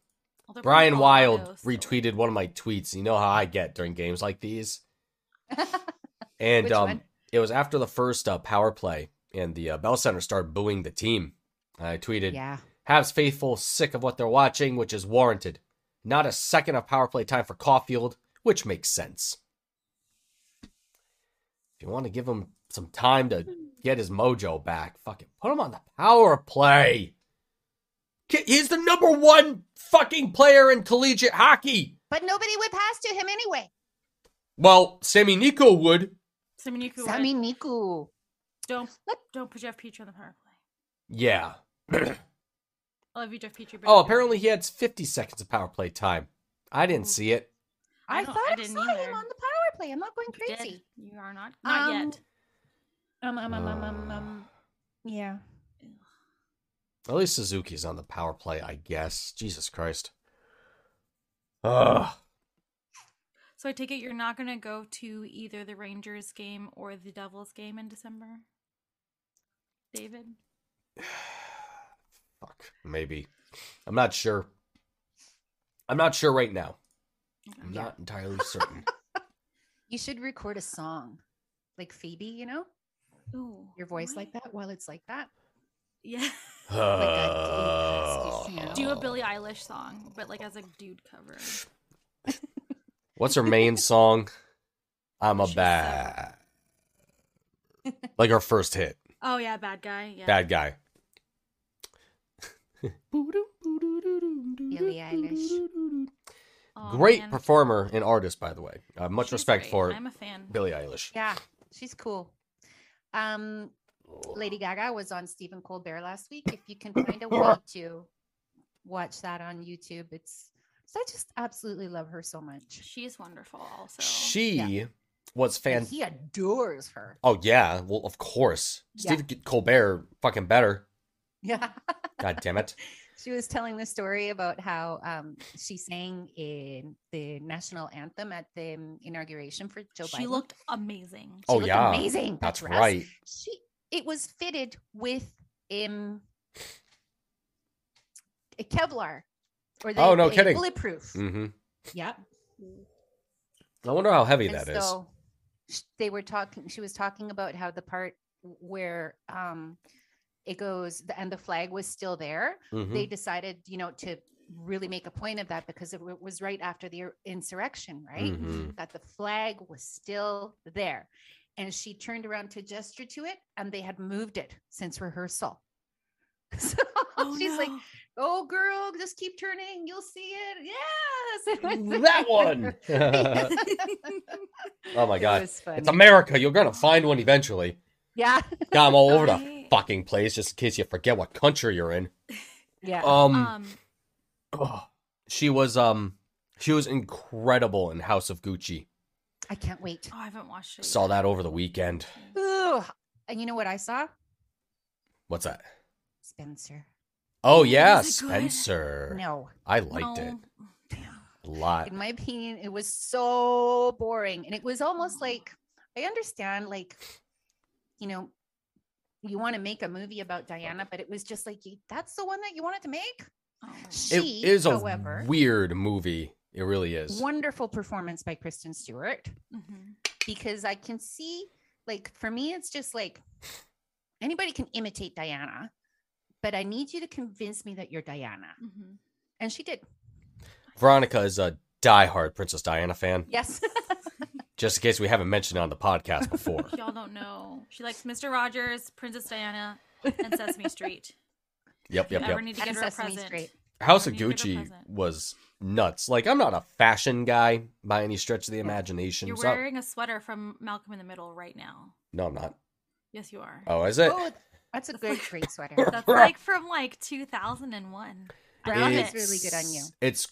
S2: well, they're playing
S1: Brian Wild
S2: Colorado, so-
S1: retweeted one of my tweets. You know how I get during games like these. And
S4: Which
S1: um,
S4: one?
S1: it was after the first uh, power play, and the uh, Bell Center started booing the team. I tweeted,
S4: yeah.
S1: Habs faithful sick of what they're watching, which is warranted. Not a second of power play time for Caulfield, which makes sense. If you want to give him some time to get his mojo back. Fucking put him on the power play. Ki- He's the number one fucking player in collegiate hockey.
S4: But nobody would pass to him anyway.
S1: Well, Sammy Nico would.
S2: Sammy Niku,
S4: Sami Niku.
S2: don't
S4: Let-
S2: don't put Jeff Petrie on the power play.
S1: Yeah.
S2: I love you, Jeff Petrie. but
S1: Oh,
S2: no.
S1: apparently he had 50 seconds of power play time. I didn't see it.
S2: I
S4: I
S2: don't-
S4: thought
S2: I
S4: I,
S2: didn't
S4: saw
S2: either.
S4: him on the power play. I'm not going
S2: You did.
S4: crazy.
S2: You are not not
S4: Um,
S2: yet.
S4: Um, um, um, um, um,
S1: Uh.
S4: um, yeah.
S1: At least Suzuki's on the power play, I guess. Jesus Christ. Ugh.
S2: So I take it you're not going to go to either the Rangers game or the Devils game in December, David.
S1: Fuck. Maybe. I'm not sure. I'm not sure right now. I'm not entirely certain.
S4: You should record a song like Phoebe, you know,
S2: Ooh,
S4: your voice like
S2: what?
S4: that while it's like that.
S2: Yeah.
S4: a dude has to
S2: Do a
S1: Oh.
S2: Billie Eilish song, but like as a dude cover.
S1: What's her main song? I'm a
S2: She's
S1: bad. like her first hit,
S2: Oh yeah, bad guy. Yeah.
S1: Bad Guy.
S4: Billie Eilish.
S2: Aw,
S1: Great
S2: Oh, man.
S1: performer and artist, by the way. Uh, much
S2: She's
S1: respect
S2: great.
S1: for
S2: I'm a fan.
S1: Billie Eilish.
S4: Yeah, she's cool. Um, Lady Gaga was on Stephen Colbert last week. If you can find a way to watch that on YouTube, it's so I just absolutely love her so much.
S2: She's wonderful. Also.
S1: She was fan.
S4: And he adores her.
S1: Oh yeah, well of course.
S4: Yeah.
S1: Stephen Colbert, fucking better.
S4: Yeah.
S1: God damn it.
S4: she was telling the story about how um, she sang in the national anthem at the um, inauguration for Joe Biden.
S2: she looked amazing.
S1: Oh,
S4: looked
S1: yeah.
S4: amazing. that
S1: That's
S4: dress.
S1: right.
S4: She it was fitted with um a Kevlar or the,
S1: Oh, no
S4: the
S1: kidding.
S4: bulletproof.
S1: hmm
S4: Yep.
S1: I wonder how heavy
S4: And
S1: that is.
S4: so sh- they were talking she was talking about how the part where um it goes the, and the flag was still there
S1: Mhm.
S4: they decided you know to really make a point of that because it w- was right after the ir- insurrection right
S1: Mhm.
S4: that the flag was still there and she turned around to gesture to it and they had moved it since rehearsal so
S2: Oh,
S4: she's like
S2: no.
S4: oh girl just keep turning you'll see it yes It was-
S1: That one.
S4: Yes.
S1: Oh my
S4: It
S1: God.
S4: was
S1: it's
S4: funny.
S1: America. You're gonna find one eventually.
S4: yeah
S1: God, I'm all over the
S2: I-
S1: fucking place just in case you forget what country you're in.
S4: yeah
S1: Um,
S2: um,
S1: she was um she was incredible in House of Gucci.
S4: i can't wait
S2: oh, I haven't watched it.
S1: Saw
S2: yet.
S1: that over the weekend.
S4: Ooh. and you know what i saw
S1: What's that?
S4: spencer
S1: Oh
S2: Ooh,
S1: yeah,
S2: is it good?
S1: Spencer.
S4: no
S1: I liked it
S2: No. Oh, Damn.
S1: a lot.
S4: in my opinion, it was so boring. And it was almost like I understand, like, you know, you want to make a movie about Diana, but it was just like you- that's the one that you wanted to make.
S2: Oh.
S1: It
S4: She,
S1: is a
S4: however,
S1: weird movie. It really is.
S4: wonderful performance by Kristen Stewart
S2: Mhm.
S4: because I can see, like, for me, it's just like anybody can imitate Diana, but I need you to convince me that you're Diana.
S2: Mhm.
S4: And she did.
S1: Veronica is a diehard Princess Diana fan.
S4: Yes.
S1: Just in case we haven't mentioned it on the podcast before.
S2: Y'all don't know. She likes Mr. Rogers, Princess Diana, and Sesame Street.
S1: yep,
S2: If
S1: yep,
S2: you
S1: yep.
S2: ever need to
S4: And
S2: get her a
S4: Sesame
S2: present.
S4: Street.
S1: House
S2: Or
S1: of
S2: do you get a
S1: Gucci
S2: present?
S1: was nuts. Like I'm not a fashion guy by any stretch of the imagination.
S2: You're
S1: So-
S2: wearing a sweater from Malcolm in the Middle right now.
S1: no, I'm not.
S2: Yes, you are.
S1: Oh, is it?
S4: oh, that's a good, great sweater.
S2: That's like from like 2001. I love
S4: Brown is
S2: it.
S4: really good on you.
S1: It's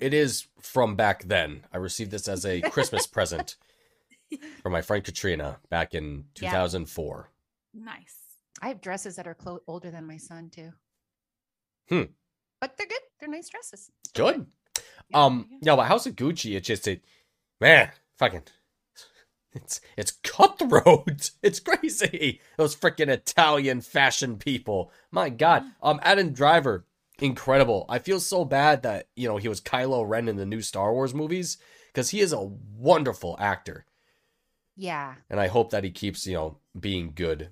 S1: it is from back then. I received this as a Christmas present from my friend Katrina back in
S4: Yeah.
S1: 2004.
S2: Nice.
S4: I have dresses that are clo- older than my son too.
S1: Hmm.
S4: But they're good. They're nice dresses.
S1: Good.
S4: Yeah,
S1: um,
S2: yeah.
S1: no, but House of Gucci, it's just it, man, fucking, it's it's cutthroat. It's crazy. Those freaking Italian fashion people. My God. Um, Adam Driver, incredible. I feel so bad that you know he was Kylo Ren in the new Star Wars movies because he is a wonderful actor.
S4: Yeah.
S1: and I hope that he keeps you know being good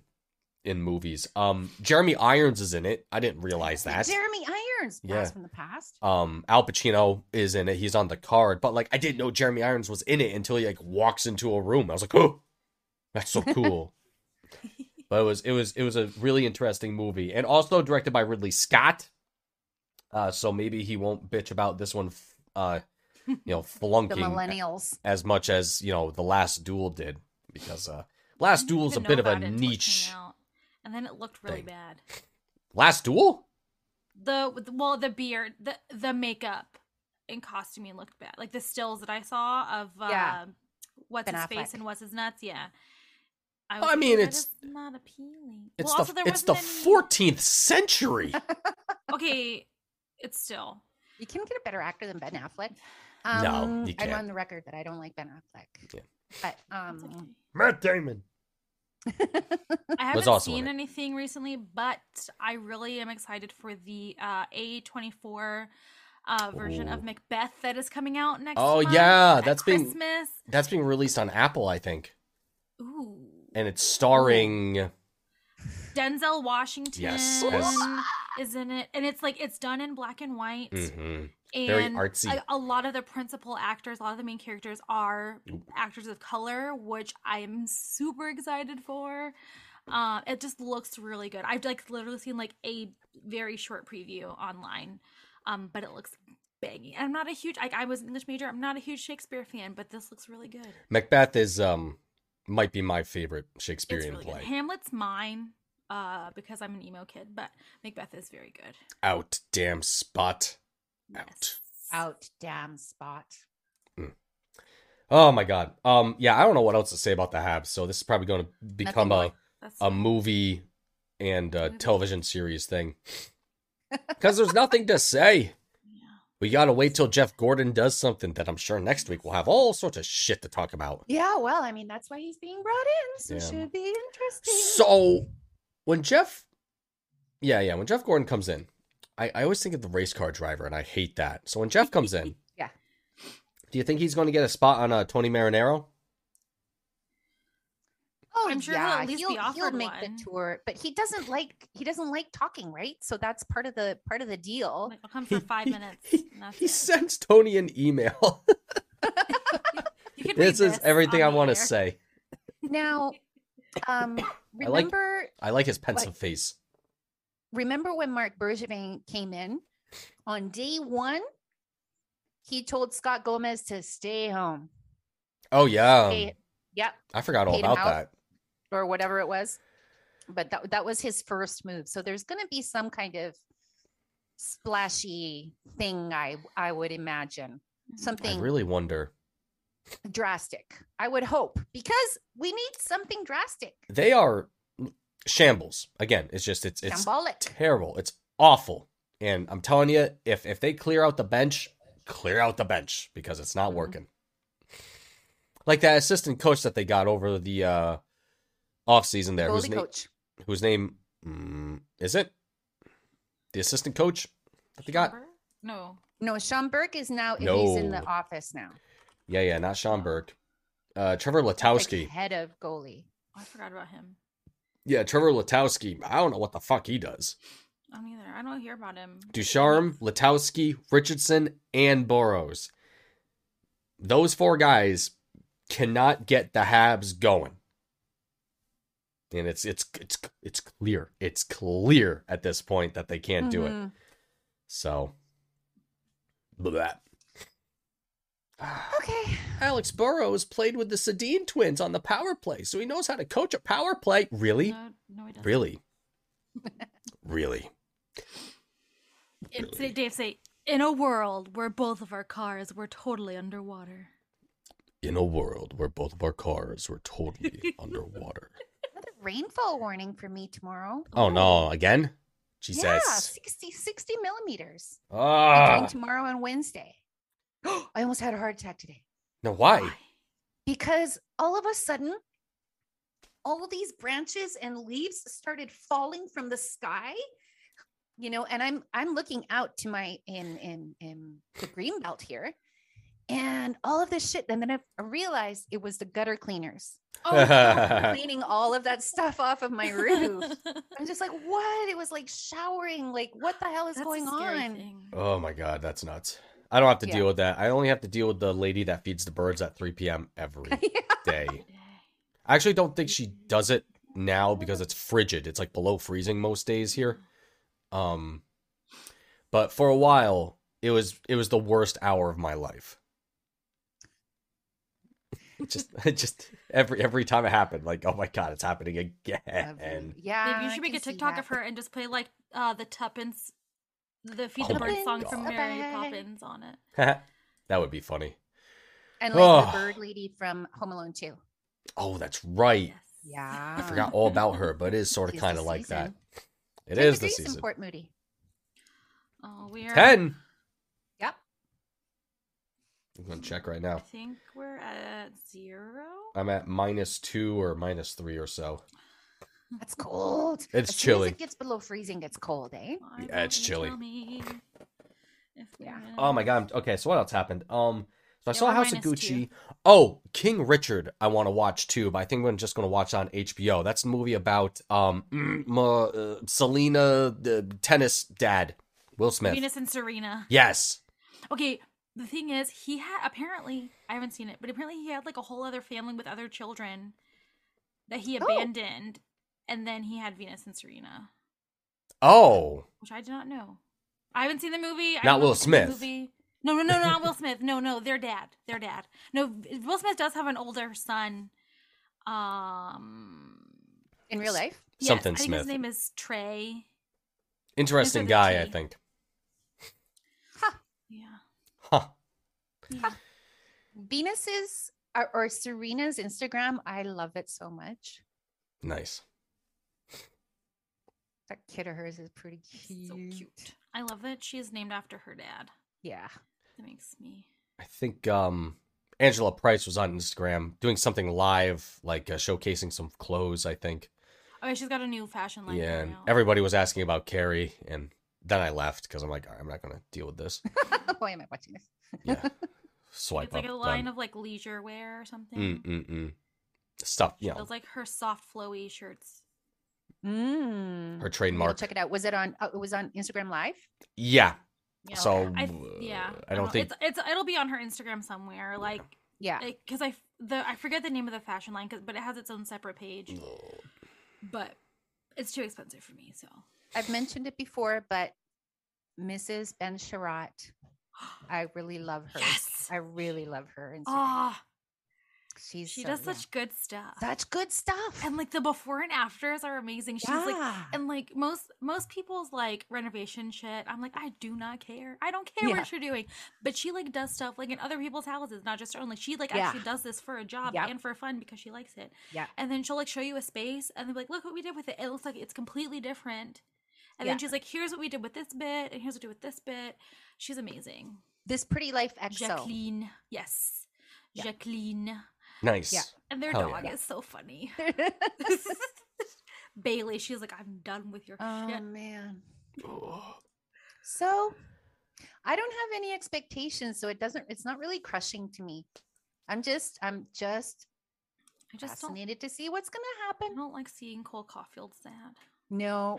S1: in movies. Um, Jeremy Irons is in it. I didn't realize that.
S4: Jeremy Irons.
S1: Yeah.
S4: Yeah. from the past.
S1: Um, Al Pacino is in it. He's on the card, but like I didn't know Jeremy Irons was in it until he like walks into a room. I was like, oh, that's so cool. But it was it was it was a really interesting movie, and also directed by Ridley Scott. Uh, so maybe he won't bitch about this one, f- uh, you know,
S4: The
S1: flunking
S4: millennials.
S1: as much as you know the Last Duel did, because uh, Last
S2: didn't
S1: Duel is a
S2: even know
S1: bit of a
S2: about it till it came
S1: niche.
S2: out, And then it looked really
S1: thing.
S2: bad.
S1: Last Duel?
S2: The well, the beard, the the makeup and costuming looked bad. Like the stills that I saw of uh,
S4: Yeah.
S2: what's
S4: Ben
S2: his
S4: Affleck.
S2: face and what's his nuts. Yeah.
S1: I
S2: was like,
S1: mean,
S2: "That
S1: it's-
S2: is not appealing.
S1: It's
S2: well, also,
S1: the
S2: there
S1: it's the
S2: wasn't any-
S1: 14th century.
S2: Okay, it's still.
S4: You can get a better actor than Ben Affleck.
S1: No,
S4: Um,
S1: you
S4: I'm
S1: can't.
S4: on the record that I don't like Ben Affleck.
S1: Yeah.
S4: But
S2: it's okay.
S4: um,
S1: Matt Damon.
S2: I haven't
S1: also in
S2: seen
S1: it.
S2: anything recently, but I really am excited for the uh, A24 uh, version
S1: Ooh.
S2: of Macbeth that is coming out next.
S1: Oh,
S2: month
S1: yeah,
S2: at
S1: that's being-
S2: Christmas.
S1: That's being released on Apple, I think,
S2: Ooh,
S1: and it's starring.
S2: Denzel Washington
S1: Yes, as-
S2: is in it, and it's like it's done in black and white,
S1: Mhm.
S2: and
S1: very artsy.
S2: A, a lot of the principal actors, a lot of the main characters are actors of color, which I am super excited for. Um, it just looks really good. I've like literally seen like a very short preview online, um, but it looks banging. I'm not a huge like I was an English major. I'm not a huge Shakespeare fan, but this looks really good.
S1: Macbeth is um might be my favorite
S2: It's
S1: Shakespearean
S2: really good.
S1: play.
S2: Hamlet's mine, uh, because I'm an emo kid, but Macbeth is very good.
S1: Out, damn spot. Out.
S4: out damn spot.
S1: Oh my god. Um yeah, I don't know what else to say about the Habs. So this is probably going to become
S4: more.
S1: a
S2: That's
S1: a movie and uh
S2: Movie.
S1: television series thing. Cuz there's nothing to say.
S2: yeah.
S1: We got to wait till Jeff Gordon does something that I'm sure next week we'll have all sorts of shit to talk about.
S4: Yeah, well, I mean that's why he's being brought in, so it
S1: Yeah.
S4: should be interesting.
S1: So when Jeff, yeah, yeah, when Jeff Gordon comes in, I, I always think of the race car driver, and I hate that. So when Jeff comes in,
S4: Yeah.
S1: do you think he's going to get a spot on uh, Tony Marinero?
S4: oh,
S2: I'm sure he'll at least be offered
S4: make
S2: one.
S4: the tour, but he doesn't like he doesn't like talking, right? So that's part of the part of the deal.
S2: Like I'll come for five
S1: He-
S2: minutes.
S1: He,
S2: and that's
S1: he
S2: it.
S1: sends Tony an email.
S2: You can read
S1: this is everything
S2: on
S1: I
S2: the
S1: want to
S2: air.
S1: say.
S4: Now, um,
S1: I like-
S4: remember
S1: I like his pensive face.
S4: remember when Mark Bergevin came in on day one? He told Scott Gomez to stay home.
S1: Oh yeah,
S4: Stay- yep,
S1: I forgot all
S4: paid him
S1: about
S4: out.
S1: that.
S4: or whatever it was. But that that was his first move. So there's going to be some kind of splashy thing. I I would imagine
S1: I
S4: something
S1: really wonder.
S4: drastic. I would hope because we need something drastic,
S1: They are shambles again. It's just it's it's
S4: symbolic.
S1: terrible. It's awful. And I'm telling you, if if they clear out the bench, clear out the bench because it's not
S4: Mhm.
S1: working. Like that assistant coach that they got over the uh offseason there, whose
S4: Goalie
S1: name
S4: coach.
S1: whose name mm, is it? The assistant coach that they got?
S2: Remember? No.
S4: No, Sean Burke is now he's in the
S1: No.
S4: office now.
S1: Yeah, yeah, not Sean Burke. Uh Trevor
S4: Like
S1: Latowski.
S4: head of goalie.
S2: I forgot about him.
S1: Yeah, Trevor Latowski. I don't know what the fuck he does.
S2: I don't either. I don't hear about him.
S1: Ducharme, Latowski, Richardson, and Burrows. Those four guys cannot get the Habs going. And it's it's it's it's clear. It's clear at this point that they can't do it.
S4: Mhm.
S1: So blah.
S4: Okay.
S1: Alex Burrows played with the Sedin twins on the power play, so he knows how to coach a power play. Really?
S2: No, no, he doesn't.
S1: Really? really?
S2: And say- uh, Dave say, in a world where both of our cars were totally underwater.
S1: In a world where both of our cars were totally underwater.
S4: Another rainfall warning for me tomorrow.
S1: Oh no, again? Jesus.
S4: Yeah, 60, 60 millimeters.
S1: Ah.
S4: Between tomorrow and Wednesday. I almost had a heart attack today.
S1: Now why?
S2: Why?
S4: because all of a sudden all these branches and leaves started falling from the sky you know and i'm i'm looking out to my in in in the green belt here and all of this shit and then i realized it was the gutter cleaners
S2: Oh,
S4: cleaning all of that stuff off of my roof i'm just like what it was like showering like what the hell is
S2: That's a
S4: going
S2: scary
S4: on
S2: thing.
S1: oh my god, that's nuts. I don't have to
S4: Yeah.
S1: deal with that. I only have to deal with the lady that feeds the birds at 3 p.m. every
S4: Yeah.
S1: day.
S2: Today.
S1: I actually don't think she does it now because it's frigid. It's like below freezing most days here. Um but for a while it was it was the worst hour of my life. just just every every time it happened like oh my god it's happening again.
S4: Lovely. yeah.
S2: Dave, you
S4: I
S2: should make
S4: can
S2: a
S4: see
S2: TikTok
S4: that.
S2: of her and just play like uh, the Tuppence, the Feed
S1: Oh
S2: the Bird
S1: my
S2: song
S1: God.
S2: from
S4: Tuppence
S2: Mary
S4: a bag.
S2: Poppins on it.
S1: that would be funny.
S4: And like
S1: Oh.
S4: the bird lady from Home Alone 2.
S1: Oh, that's right.
S2: Yes.
S4: Yeah.
S1: I forgot all about her, but it is sort of
S4: It's the
S1: kind of like that.
S4: season.
S1: It is the season.
S4: Port Moody.
S2: Oh, we're
S1: 10.
S4: Yep.
S1: I'm going to check right
S2: I
S1: now.
S2: think we're at zero.
S1: I'm at minus two or minus three or so.
S4: That's cold.
S1: It's
S4: As soon as
S1: chilly.
S4: it gets below freezing, it's cold, eh?
S2: Why
S1: Yeah,
S2: don't
S1: it's
S2: you
S1: chilly.
S2: tell me if
S4: Yeah.
S2: we're
S1: Oh my god. I'm- Okay, so what else happened? Um so I
S2: Yeah,
S1: saw
S2: we're
S1: House of
S2: minus two.
S1: Gucci. Oh, King Richard I want to watch too, but I think I'm just going to watch on HBO. That's a movie about um mm, ma- uh, Selena the tennis dad, Will Smith.
S2: Venus and Serena.
S1: Yes.
S2: Okay, the thing is, he had apparently I haven't seen it, but apparently he had like a whole other family with other children that he
S4: Oh.
S2: abandoned, and then he had Venus and Serena,
S1: Oh.
S2: which I did not know. I haven't seen the movie. I
S1: Not
S2: don't
S1: Will
S2: know if it's in the
S1: Smith.
S2: Movie. No, no, no, not Will Smith. No, no, their dad, their dad. No, Will Smith does have an older son. Um,
S4: In real life?
S2: yes,
S1: Something
S2: I think
S1: Smith.
S2: His name is Trey.
S1: Interesting
S2: the
S1: guy, I
S2: T.
S1: think.
S2: Yeah.
S1: Huh.
S2: yeah.
S4: Venus's or, or Serena's Instagram, I love it so much.
S1: Nice.
S4: That kid of hers is pretty cute.
S2: So cute. I love that she is named after her dad.
S4: Yeah.
S2: That makes me
S1: I think um Angela Price was on Instagram doing something live, like uh, showcasing some clothes. I think.
S2: Oh, yeah, she's got a new fashion line.
S1: yeah, and
S2: coming out.
S1: everybody was asking about Carrie, and then I left because I'm like, "All right, I'm not gonna deal with this.
S4: Why am I watching this?
S1: Yeah, swipe
S2: it's like
S1: up.
S2: a line of like leisure wear or something.
S1: mm mm mm stuff. You know,
S2: Those like her soft flowy shirts.
S4: Mm.
S1: her
S4: We'll
S1: trademark.
S4: Check it out. Was it on uh, it was on Instagram Live?
S1: Yeah.
S2: Yeah.
S1: So
S2: I
S1: uh,
S2: yeah,
S1: I don't think.
S2: it's, it's it'll be on her Instagram somewhere. Like
S4: Yeah.
S2: because I f- the I forget the name of the fashion line, 'cause- but it has its own separate page.
S3: Oh,
S2: But it's too expensive for me, so
S4: I've mentioned it before, but Mrs. Ben Sherratt, I really love her.
S2: yes.
S4: I really love her. And
S2: Ah,
S4: she's
S2: she
S4: so-
S2: does
S4: yeah.
S2: such good stuff.
S4: such good stuff.
S2: and like the before and afters are amazing. She's like
S4: Yeah.
S2: And like most most people's like renovation shit, I'm like, I do not care. I don't care
S4: Yeah.
S2: what you're doing. But she like does stuff like in other people's houses, not just her own. Like she like
S4: Yeah.
S2: actually does this for a job
S4: Yep.
S2: and for fun because she likes it.
S4: Yeah.
S2: And then she'll like show you a space and they'll be like, look what we did with it. It looks like it's completely different. And
S4: Yeah.
S2: then she's like, here's what we did with this bit, and here's what we did with this bit. She's amazing.
S4: this pretty life exo.
S2: Jacqueline. Yes.
S4: Yeah. Oh,
S2: Jacqueline.
S1: Nice.
S4: Yeah.
S2: And their
S1: Hell
S2: dog
S1: yeah.
S2: is so funny. Bailey, she's like, I'm done with your
S4: oh
S2: shit.
S4: man.
S1: Ugh.
S4: So I don't have any expectations, so it doesn't it's not really crushing to me. I'm just I'm just,
S2: I just don't
S4: fascinated to see what's gonna
S2: I
S4: happen.
S2: don't like seeing Cole Caulfield sad.
S4: No,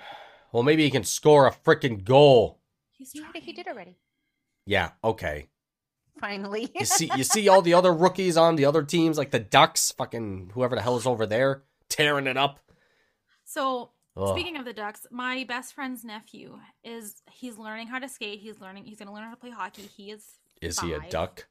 S1: Well, maybe he can score a freaking goal.
S2: He's
S4: he,
S2: trying.
S4: already- he did already.
S1: Yeah. Okay.
S4: Finally.
S1: You see, you see all the other rookies on the other teams, like the Ducks, fucking whoever the hell is over there, tearing it up.
S2: So
S1: Ugh.
S2: speaking of the Ducks, my best friend's nephew is he's learning how to skate. He's learning. He's going to learn how to play hockey. He is.
S1: is he a
S2: five.
S1: duck?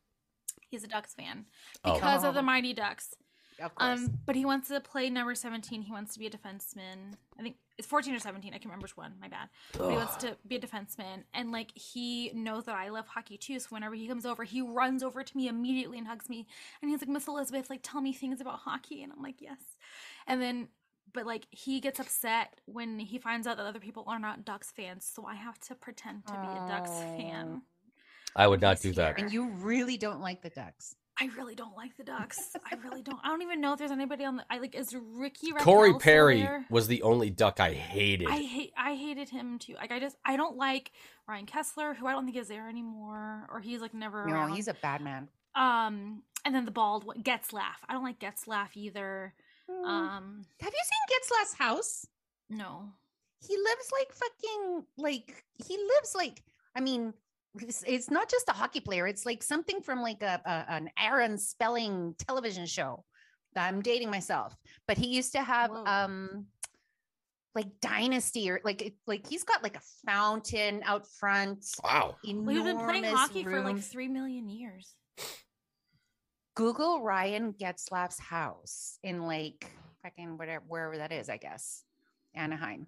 S2: He's a Ducks fan
S1: Oh.
S2: because of the
S4: Oh.
S2: Mighty Ducks.
S4: of course.
S2: Um, but he wants to play number seventeen. He wants to be a defenseman. I think it's fourteen or seventeen. I can't remember which one. My bad. But he wants to be a defenseman, and like he knows that I love hockey too. So whenever he comes over, he runs over to me immediately and hugs me, and he's like, "Miss Elizabeth, like tell me things about hockey," and I'm like, "Yes." And then, but like he gets upset when he finds out that other people are not Ducks fans, so I have to pretend to be a Ducks fan.
S1: I would not
S2: He's
S1: do that.
S2: here.
S4: and you really don't like the ducks.
S2: I really don't like the Ducks. I really don't. I don't even know if there's anybody on the. I like is Ricky.
S1: Corey
S2: Raphael still
S1: Perry
S2: there?
S1: was the only duck I hated.
S2: I hate I hated him too. Like I just I don't like Ryan Kessler, who I don't think is there anymore, or he's like never
S4: No,
S2: around.
S4: he's a bad man.
S2: um, and then the bald one, Getzlaff. I don't like Getzlaff either.
S4: Uh,
S2: Um,
S4: Hmm. Have you seen Getzlaff's house?
S2: no,
S4: He lives like fucking like he lives like I mean it's, it's not just a hockey player. It's like something from like a, a an Aaron Spelling television show. I'm dating myself, but he used to have
S2: Whoa.
S4: um like dynasty or like it- like he's got like a fountain out front.
S1: Wow.
S4: Enormous
S2: We've been playing hockey for like
S4: room.
S2: three million years.
S4: Google Ryan Getzlaff's house in like fucking whatever wherever that is, I guess. Anaheim.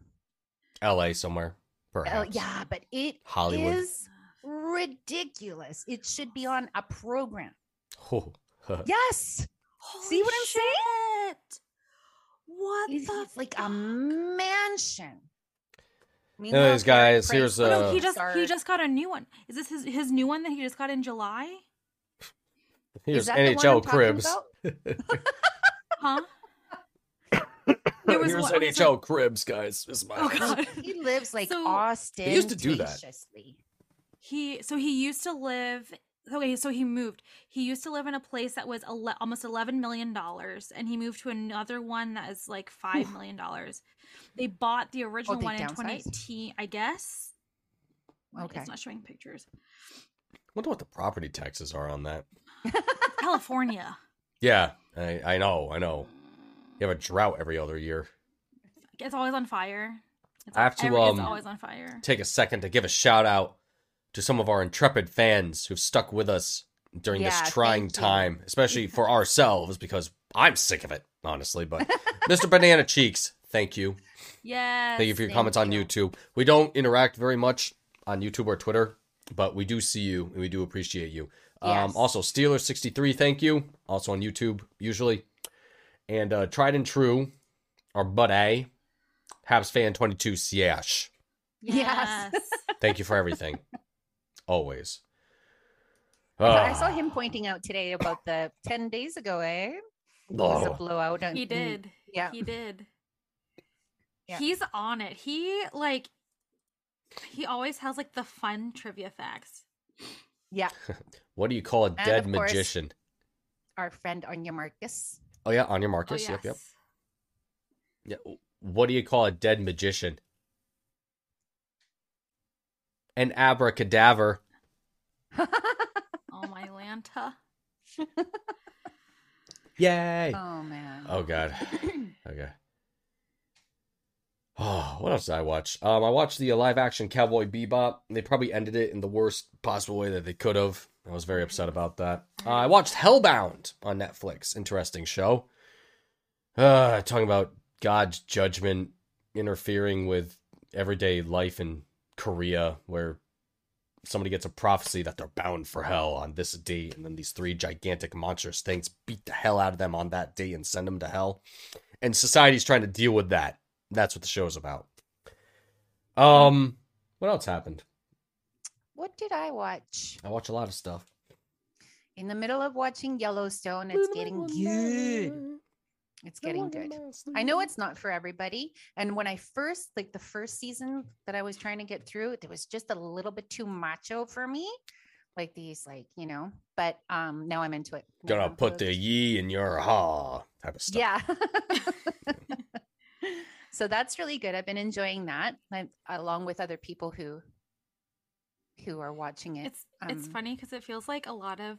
S1: LA somewhere,
S4: Oh
S1: perhaps.
S4: yeah, but it
S1: Hollywood.
S4: is ridiculous. It should be on a program.
S1: Oh,
S4: Yes. See what I'm
S2: saying? What
S4: It-
S2: the
S4: It's like a
S2: fuck?
S4: mansion. Meanwhile,
S1: Anyways,
S4: Carrie
S1: guys,
S4: Price-
S1: here's,
S2: Oh, no,
S1: uh,
S2: he just he
S4: Sorry.
S2: just got a new one. Is this his his new one that he just got in July?
S4: Is
S1: here's
S4: that the one I'm
S1: NHL
S4: talking
S1: Cribs.
S4: about?
S2: Huh? There was
S1: Here's
S2: one- okay,
S1: NHL Cribs, guys. This is my
S2: Oh
S1: house.
S2: god.
S4: He lives like
S2: So-
S4: Austin.
S1: They used to do that.
S2: He so he used to live okay, so he moved. He used to live in a place that was ele- almost 11 million dollars and he moved to another one that is like 5 million dollars. They bought the original
S4: Oh, they
S2: one in
S4: downsized?
S2: 2018, I guess. Wait,
S4: Okay.
S2: It's not showing pictures.
S1: wonder what the property taxes are on that.
S2: California.
S1: Yeah, I, I know, I know. You have a drought every other year.
S2: It's always on fire. It's
S1: I have to,
S2: every-
S1: um,
S2: it's always on fire.
S1: Take a second to give a shout out to some of our intrepid fans who've stuck with us during
S4: Yeah,
S1: this trying
S4: thank you.
S1: time, especially for ourselves, because I'm sick of it, honestly. But Mr. Banana Cheeks, thank you.
S2: yes.
S1: Thank you for your
S4: thank
S1: comments on
S4: you.
S1: YouTube. We don't interact very much on YouTube or Twitter, but we do see you and we do appreciate you. Um,
S4: Yes.
S1: also, Steeler63, thank you. Also on YouTube, usually. And uh, Tried and True, our buddy, HabsFan22, Siash.
S4: Yes.
S1: Thank you for everything. Always.
S4: I saw
S1: Ah.
S4: him pointing out today about the 10 days ago, eh? It was a
S1: Oh.
S4: blowout. on-
S2: He did.
S4: Yeah.
S2: He did.
S4: Yeah.
S2: He's on it. He like he always has like the fun trivia facts.
S4: Yeah.
S1: What do you call a dead
S4: of course-
S1: magician?
S4: Our friend Anya Marcus.
S1: Oh, yeah, on your
S2: Oh,
S1: Marcus.
S2: yes.
S1: Yep, yep. Yeah. What do you call a dead magician? An abracadaver.
S2: Oh my Lanta.
S1: Yay.
S4: Oh, man.
S1: Oh god. Okay. Oh, what else did I watch? Um, I watched the live action Cowboy Bebop. They probably ended it in the worst possible way that they could have. I was very upset about that. Uh, I watched Hellbound on Netflix. Interesting show. Uh, talking about God's judgment interfering with everyday life in Korea, where somebody gets a prophecy that they're bound for hell on this day, and then these three gigantic monstrous things beat the hell out of them on that day and send them to hell. And society's trying to deal with that. That's what the show's about. Um, what else happened?
S4: What did I watch?
S1: I watch a lot of stuff.
S4: In the middle of watching Yellowstone, it's getting good. It's getting good. I know it's not for everybody. And when I first, like the first season that I was trying to get through, it was just a little bit too macho for me. Like these, like, you know, but um now I'm into it. Now
S1: Gonna
S4: I'm
S1: put the
S4: hooked.
S1: ye in your ha type of stuff.
S4: Yeah. so that's really good. I've been enjoying that like, along with other people who who are watching it.
S2: It's it's
S4: um,
S2: funny because it feels like a lot of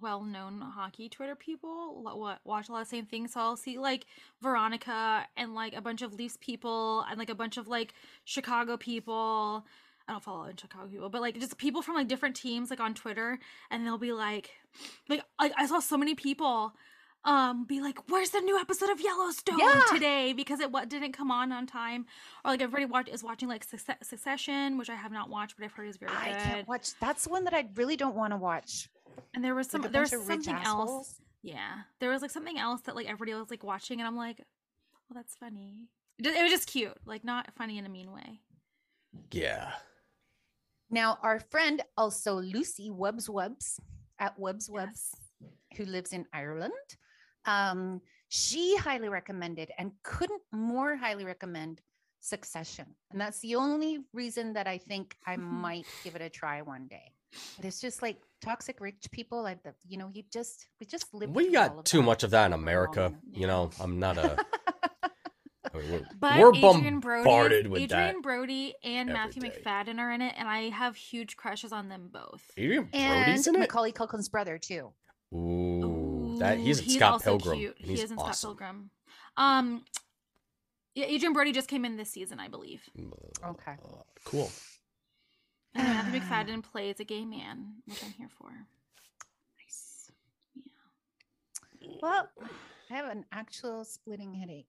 S2: well-known hockey Twitter people lo- wa- watch a lot of same things. So I'll see like Veronica and like a bunch of Leafs people and like a bunch of like Chicago people. I don't follow in Chicago people, but like just people from like different teams like on Twitter, and they'll be like, like I, I saw so many people um be like where's the new episode of yellowstone
S4: Yeah.
S2: today because it what didn't come on on time or like everybody watch is watching like Succe- succession which i have not watched but i've heard is very
S4: I
S2: good
S4: can't watch. That's one that I really don't want to watch.
S2: and there was
S4: Like
S2: some
S4: a
S2: there was
S4: bunch of rich
S2: something else
S4: assholes.
S2: yeah there was like something else that like everybody was like watching and i'm like well that's funny it ju- it was just cute like not funny in a mean way
S1: Yeah.
S4: Now, our friend also Lucy Webbs Webbs at Webbs Webbs,
S2: Yes.
S4: who lives in Ireland, um, she highly recommended and couldn't more highly recommend Succession. And that's the only reason that I think I might give it a try one day. But it's just like toxic rich people. Like the, you know, you just we just live.
S1: We got too much of that in America.
S2: enough.
S1: You know, I'm not a. I mean, we're,
S2: but
S1: we're
S2: Adrian Brody,
S1: bombarded with
S2: Adrian
S1: that.
S2: Brody and
S1: every
S2: Matthew
S1: day.
S2: McFadden are in it, and I have huge crushes on them both.
S1: Adrian
S4: And
S1: Brody's in it.
S4: Macaulay Culkin's brother too.
S1: Ooh. that- he's in
S2: Ooh,
S1: Scott Pilgrim,
S2: Cute.
S1: and
S2: He
S1: he's
S2: is in
S1: awesome.
S2: Scott Pilgrim. Um, yeah, Adrian Brody just came in this season, I believe.
S4: Okay.
S1: Mm. Uh, Cool.
S2: And Matthew McFadden plays a gay man, which I'm here for.
S4: Nice. Yeah. Well, I have an actual splitting headache.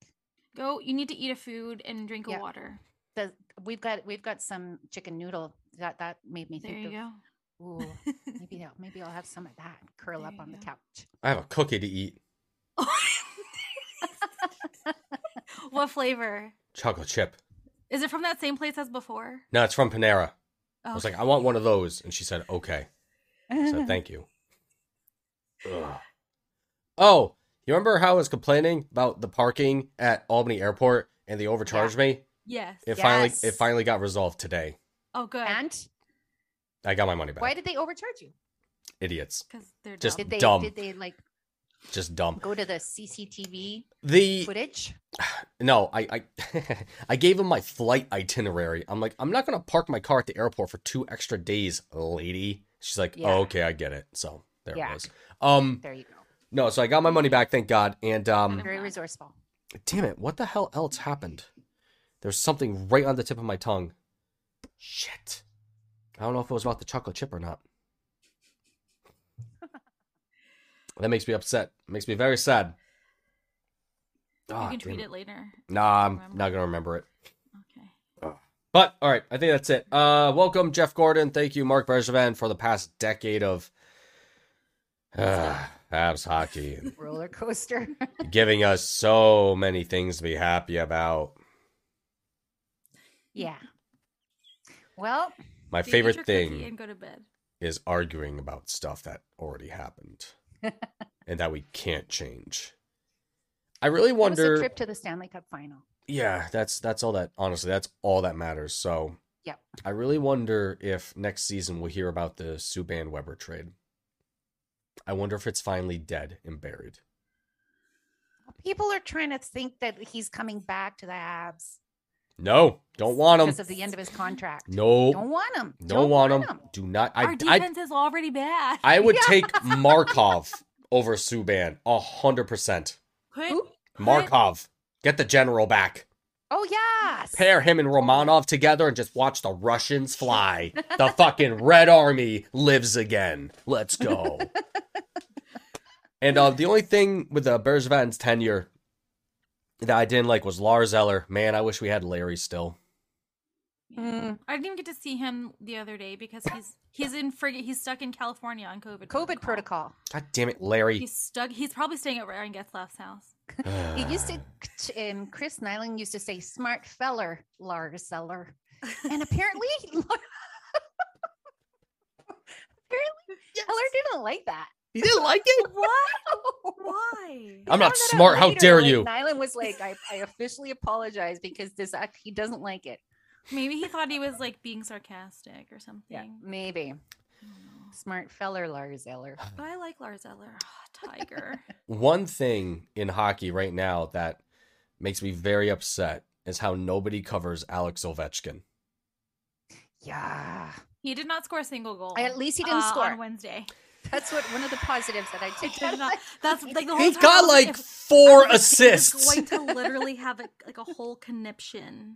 S2: Go. You need to eat a food and drink
S4: Yeah.
S2: a water.
S4: The, we've got we've got some chicken noodle that that made me
S2: There
S4: think
S2: you
S4: of
S2: go.
S4: Ooh, maybe I'll maybe I'll have some of that. Curl
S2: There
S4: up
S2: you
S4: on the
S2: go.
S4: couch.
S1: I have a cookie to eat.
S2: what flavor?
S1: Chocolate chip.
S2: Is it from that same place as before?
S1: No, it's from Panera.
S2: Oh,
S1: I was like, I want one of those, and she said, okay. I said, thank you. Ugh. Oh, you remember how I was complaining about the parking at Albany Airport and they overcharged me?
S2: yes.
S1: It finally
S4: Yes.
S1: it finally got resolved today.
S2: Oh, good.
S4: and
S1: I got my money back.
S4: why did they overcharge you?
S1: Idiots.
S2: Because they're
S1: Just-
S2: dumb.
S4: Did they
S1: Dumb.
S4: did they like
S1: Just dumb.
S4: go to the CCTV
S1: The
S4: footage?
S1: no, I I, I gave him my flight itinerary. I'm like, I'm not gonna park my car at the airport for two extra days, lady. She's like,
S4: Yeah.
S1: oh, okay, I get it. So there
S4: Yeah.
S1: it was. Um,
S4: There you go.
S1: no, so I got my money back, thank God. And um,
S2: Okay.
S4: Very
S2: Yeah.
S4: resourceful.
S1: damn it, what the hell else happened? There's something right on the tip of my tongue. Shit. I don't know if it was about the chocolate chip or not. that makes me upset. Makes me very sad.
S2: you
S1: Ah,
S2: can tweet
S1: damn
S2: it later.
S1: Nah, I'm
S2: Remember.
S1: not gonna remember it.
S2: Okay.
S1: But all right, I think that's it. Uh, welcome Jeff Gordon. Thank you, Mark Bergevin, for the past decade of uh, Habs hockey,
S4: Roller coaster.
S1: giving us so many things to be happy about.
S4: yeah. Well,
S1: My
S2: So you eat
S1: favorite
S2: your cookie
S1: thing
S2: And go to bed.
S1: is arguing about stuff that already happened and that we can't change. I really
S4: it was
S1: wonder.
S4: a trip to the Stanley Cup final.
S1: yeah, that's that's all that honestly, that's all that matters. So
S4: Yep.
S1: I really wonder if next season we'll hear about the Subban Weber trade. I wonder if it's finally dead and buried.
S4: People are trying to think that he's coming back to the Habs
S1: No, don't want
S4: because
S1: him.
S4: of the end of his contract.
S1: No,
S4: Don't want him.
S1: don't, want him. Do not.
S2: Our
S1: I, I,
S2: defense is already bad.
S1: I would
S4: Yeah.
S1: take Markov over Subban a hundred percent.
S2: Put-
S4: Who?
S2: put-
S1: Markov, get the general back.
S4: Oh yes.
S1: pair him and Romanov together and just watch the Russians fly. The fucking Red Army lives again. Let's go. and uh, the only thing with uh, Bergevin's tenure that I didn't like was Lars Eller. Man, I wish we had Larry still.
S4: Mm,
S2: I didn't even get to see him the other day because he's he's in frig- he's stuck in California on COVID.
S4: COVID protocol.
S1: God damn it, Larry.
S2: He's stuck. He's probably staying at Ryan Getzlaff's house.
S4: It used
S1: Ah.
S4: to, um, Chris Nyland used to say, smart feller, Lars Eller. And apparently, apparently, Eller didn't like that.
S1: You didn't like it?
S4: What?
S2: Why?
S1: I'm not smart. How dare you?
S4: Nyland was like, I, I officially apologize because this act, he doesn't like it.
S2: Maybe he thought he was like being sarcastic or something.
S4: Maybe.
S2: I don't know.
S4: Smart feller, Lars Eller.
S1: Uh.
S2: But I like Lars Eller. Oh, tiger.
S1: One thing in hockey right now that makes me very upset is how nobody covers Alex Ovechkin.
S4: Yeah.
S2: he did not score a single goal.
S4: At least he didn't
S2: uh,
S4: score.
S2: on Wednesday.
S4: That's what one of the positives that I
S2: He
S4: took. out
S2: did
S4: of
S2: not.
S4: that.
S2: That's like the whole
S1: He
S2: time I
S1: got
S2: was like,
S1: like
S2: if-
S1: four
S2: I was like, he is
S1: assists.
S2: going to literally have a, like a whole conniption.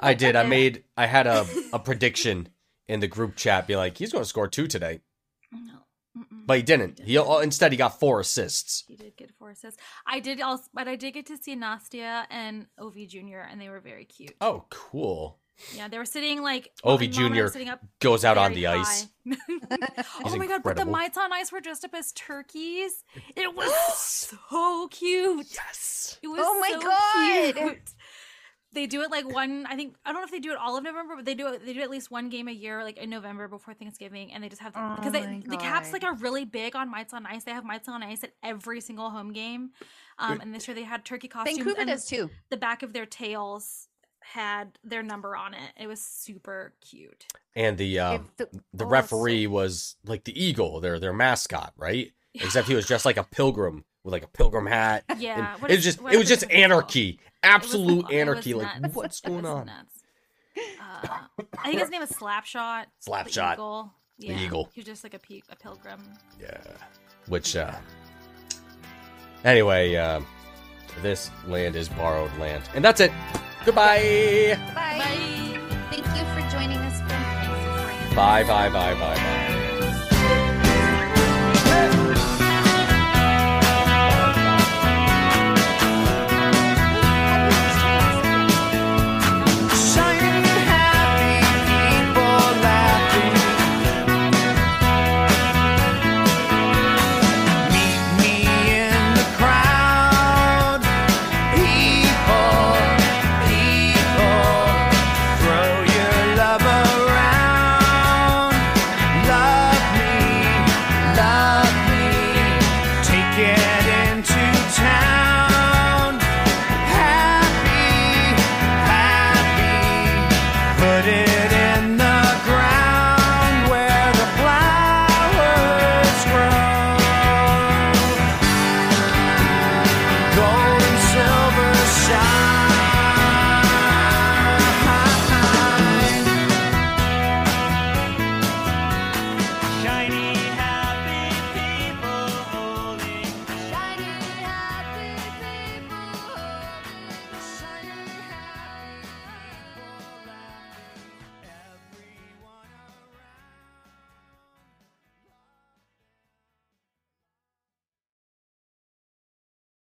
S1: I did. I
S2: Yeah.
S1: made. I had a a prediction in the group chat. Be like, he's going to score two today,
S2: No. Mm-mm.
S1: but he didn't. He
S2: didn't.
S1: instead he got four assists.
S2: He did get four assists. I did also, but I did get to see Nastia and Ovi Jr. and they were very cute.
S1: Oh, cool.
S2: Yeah, they were sitting like
S1: Ovi
S2: my mom and I
S1: Jr.
S2: were sitting up
S1: Goes out on
S2: very
S1: the ice.
S2: high. oh my god! But the
S1: incredible.
S2: mites on ice were dressed up as turkeys. It was so cute.
S1: Yes.
S2: It was
S4: Oh my
S2: so
S4: God.
S2: cute. They do it like one. I think I don't know if they do it all of November, but they do it. They do at least one game a year, like in November before Thanksgiving, and they just have the-
S4: Oh
S2: because
S4: my
S2: they, the Caps like
S4: God.
S2: are really big on mites on ice. They have mites on ice at every single home game, um, and this year they had turkey costumes.
S4: Vancouver
S2: and
S4: does too.
S2: The back of their tails had their number on it. It was super cute.
S1: And the uh,
S4: If the-
S1: the
S4: oh, it's so-
S1: referee was like the eagle, their their mascot, right? Except he was just like a pilgrim with like a pilgrim hat. and
S2: Yeah, what
S1: it
S2: is-
S1: was just
S2: what
S1: it
S2: is
S1: was
S2: it
S1: just
S2: called?
S1: anarchy,
S2: It was
S1: absolute
S2: nuts. It
S1: anarchy.
S2: was
S1: Like
S2: nuts.
S1: what's
S2: It
S1: going
S2: was
S1: on?
S2: nuts. Uh, I think his name is Slapshot.
S1: Slapshot.
S2: The eagle.
S1: eagle.
S2: He was just like a, pe- a pilgrim.
S1: Yeah. Which uh, Anyway, um, this land is borrowed land. And that's it. Goodbye.
S4: Bye.
S2: Bye.
S4: Thank you for joining us. for Nancy's Brain.
S1: Bye, bye, bye, bye, bye.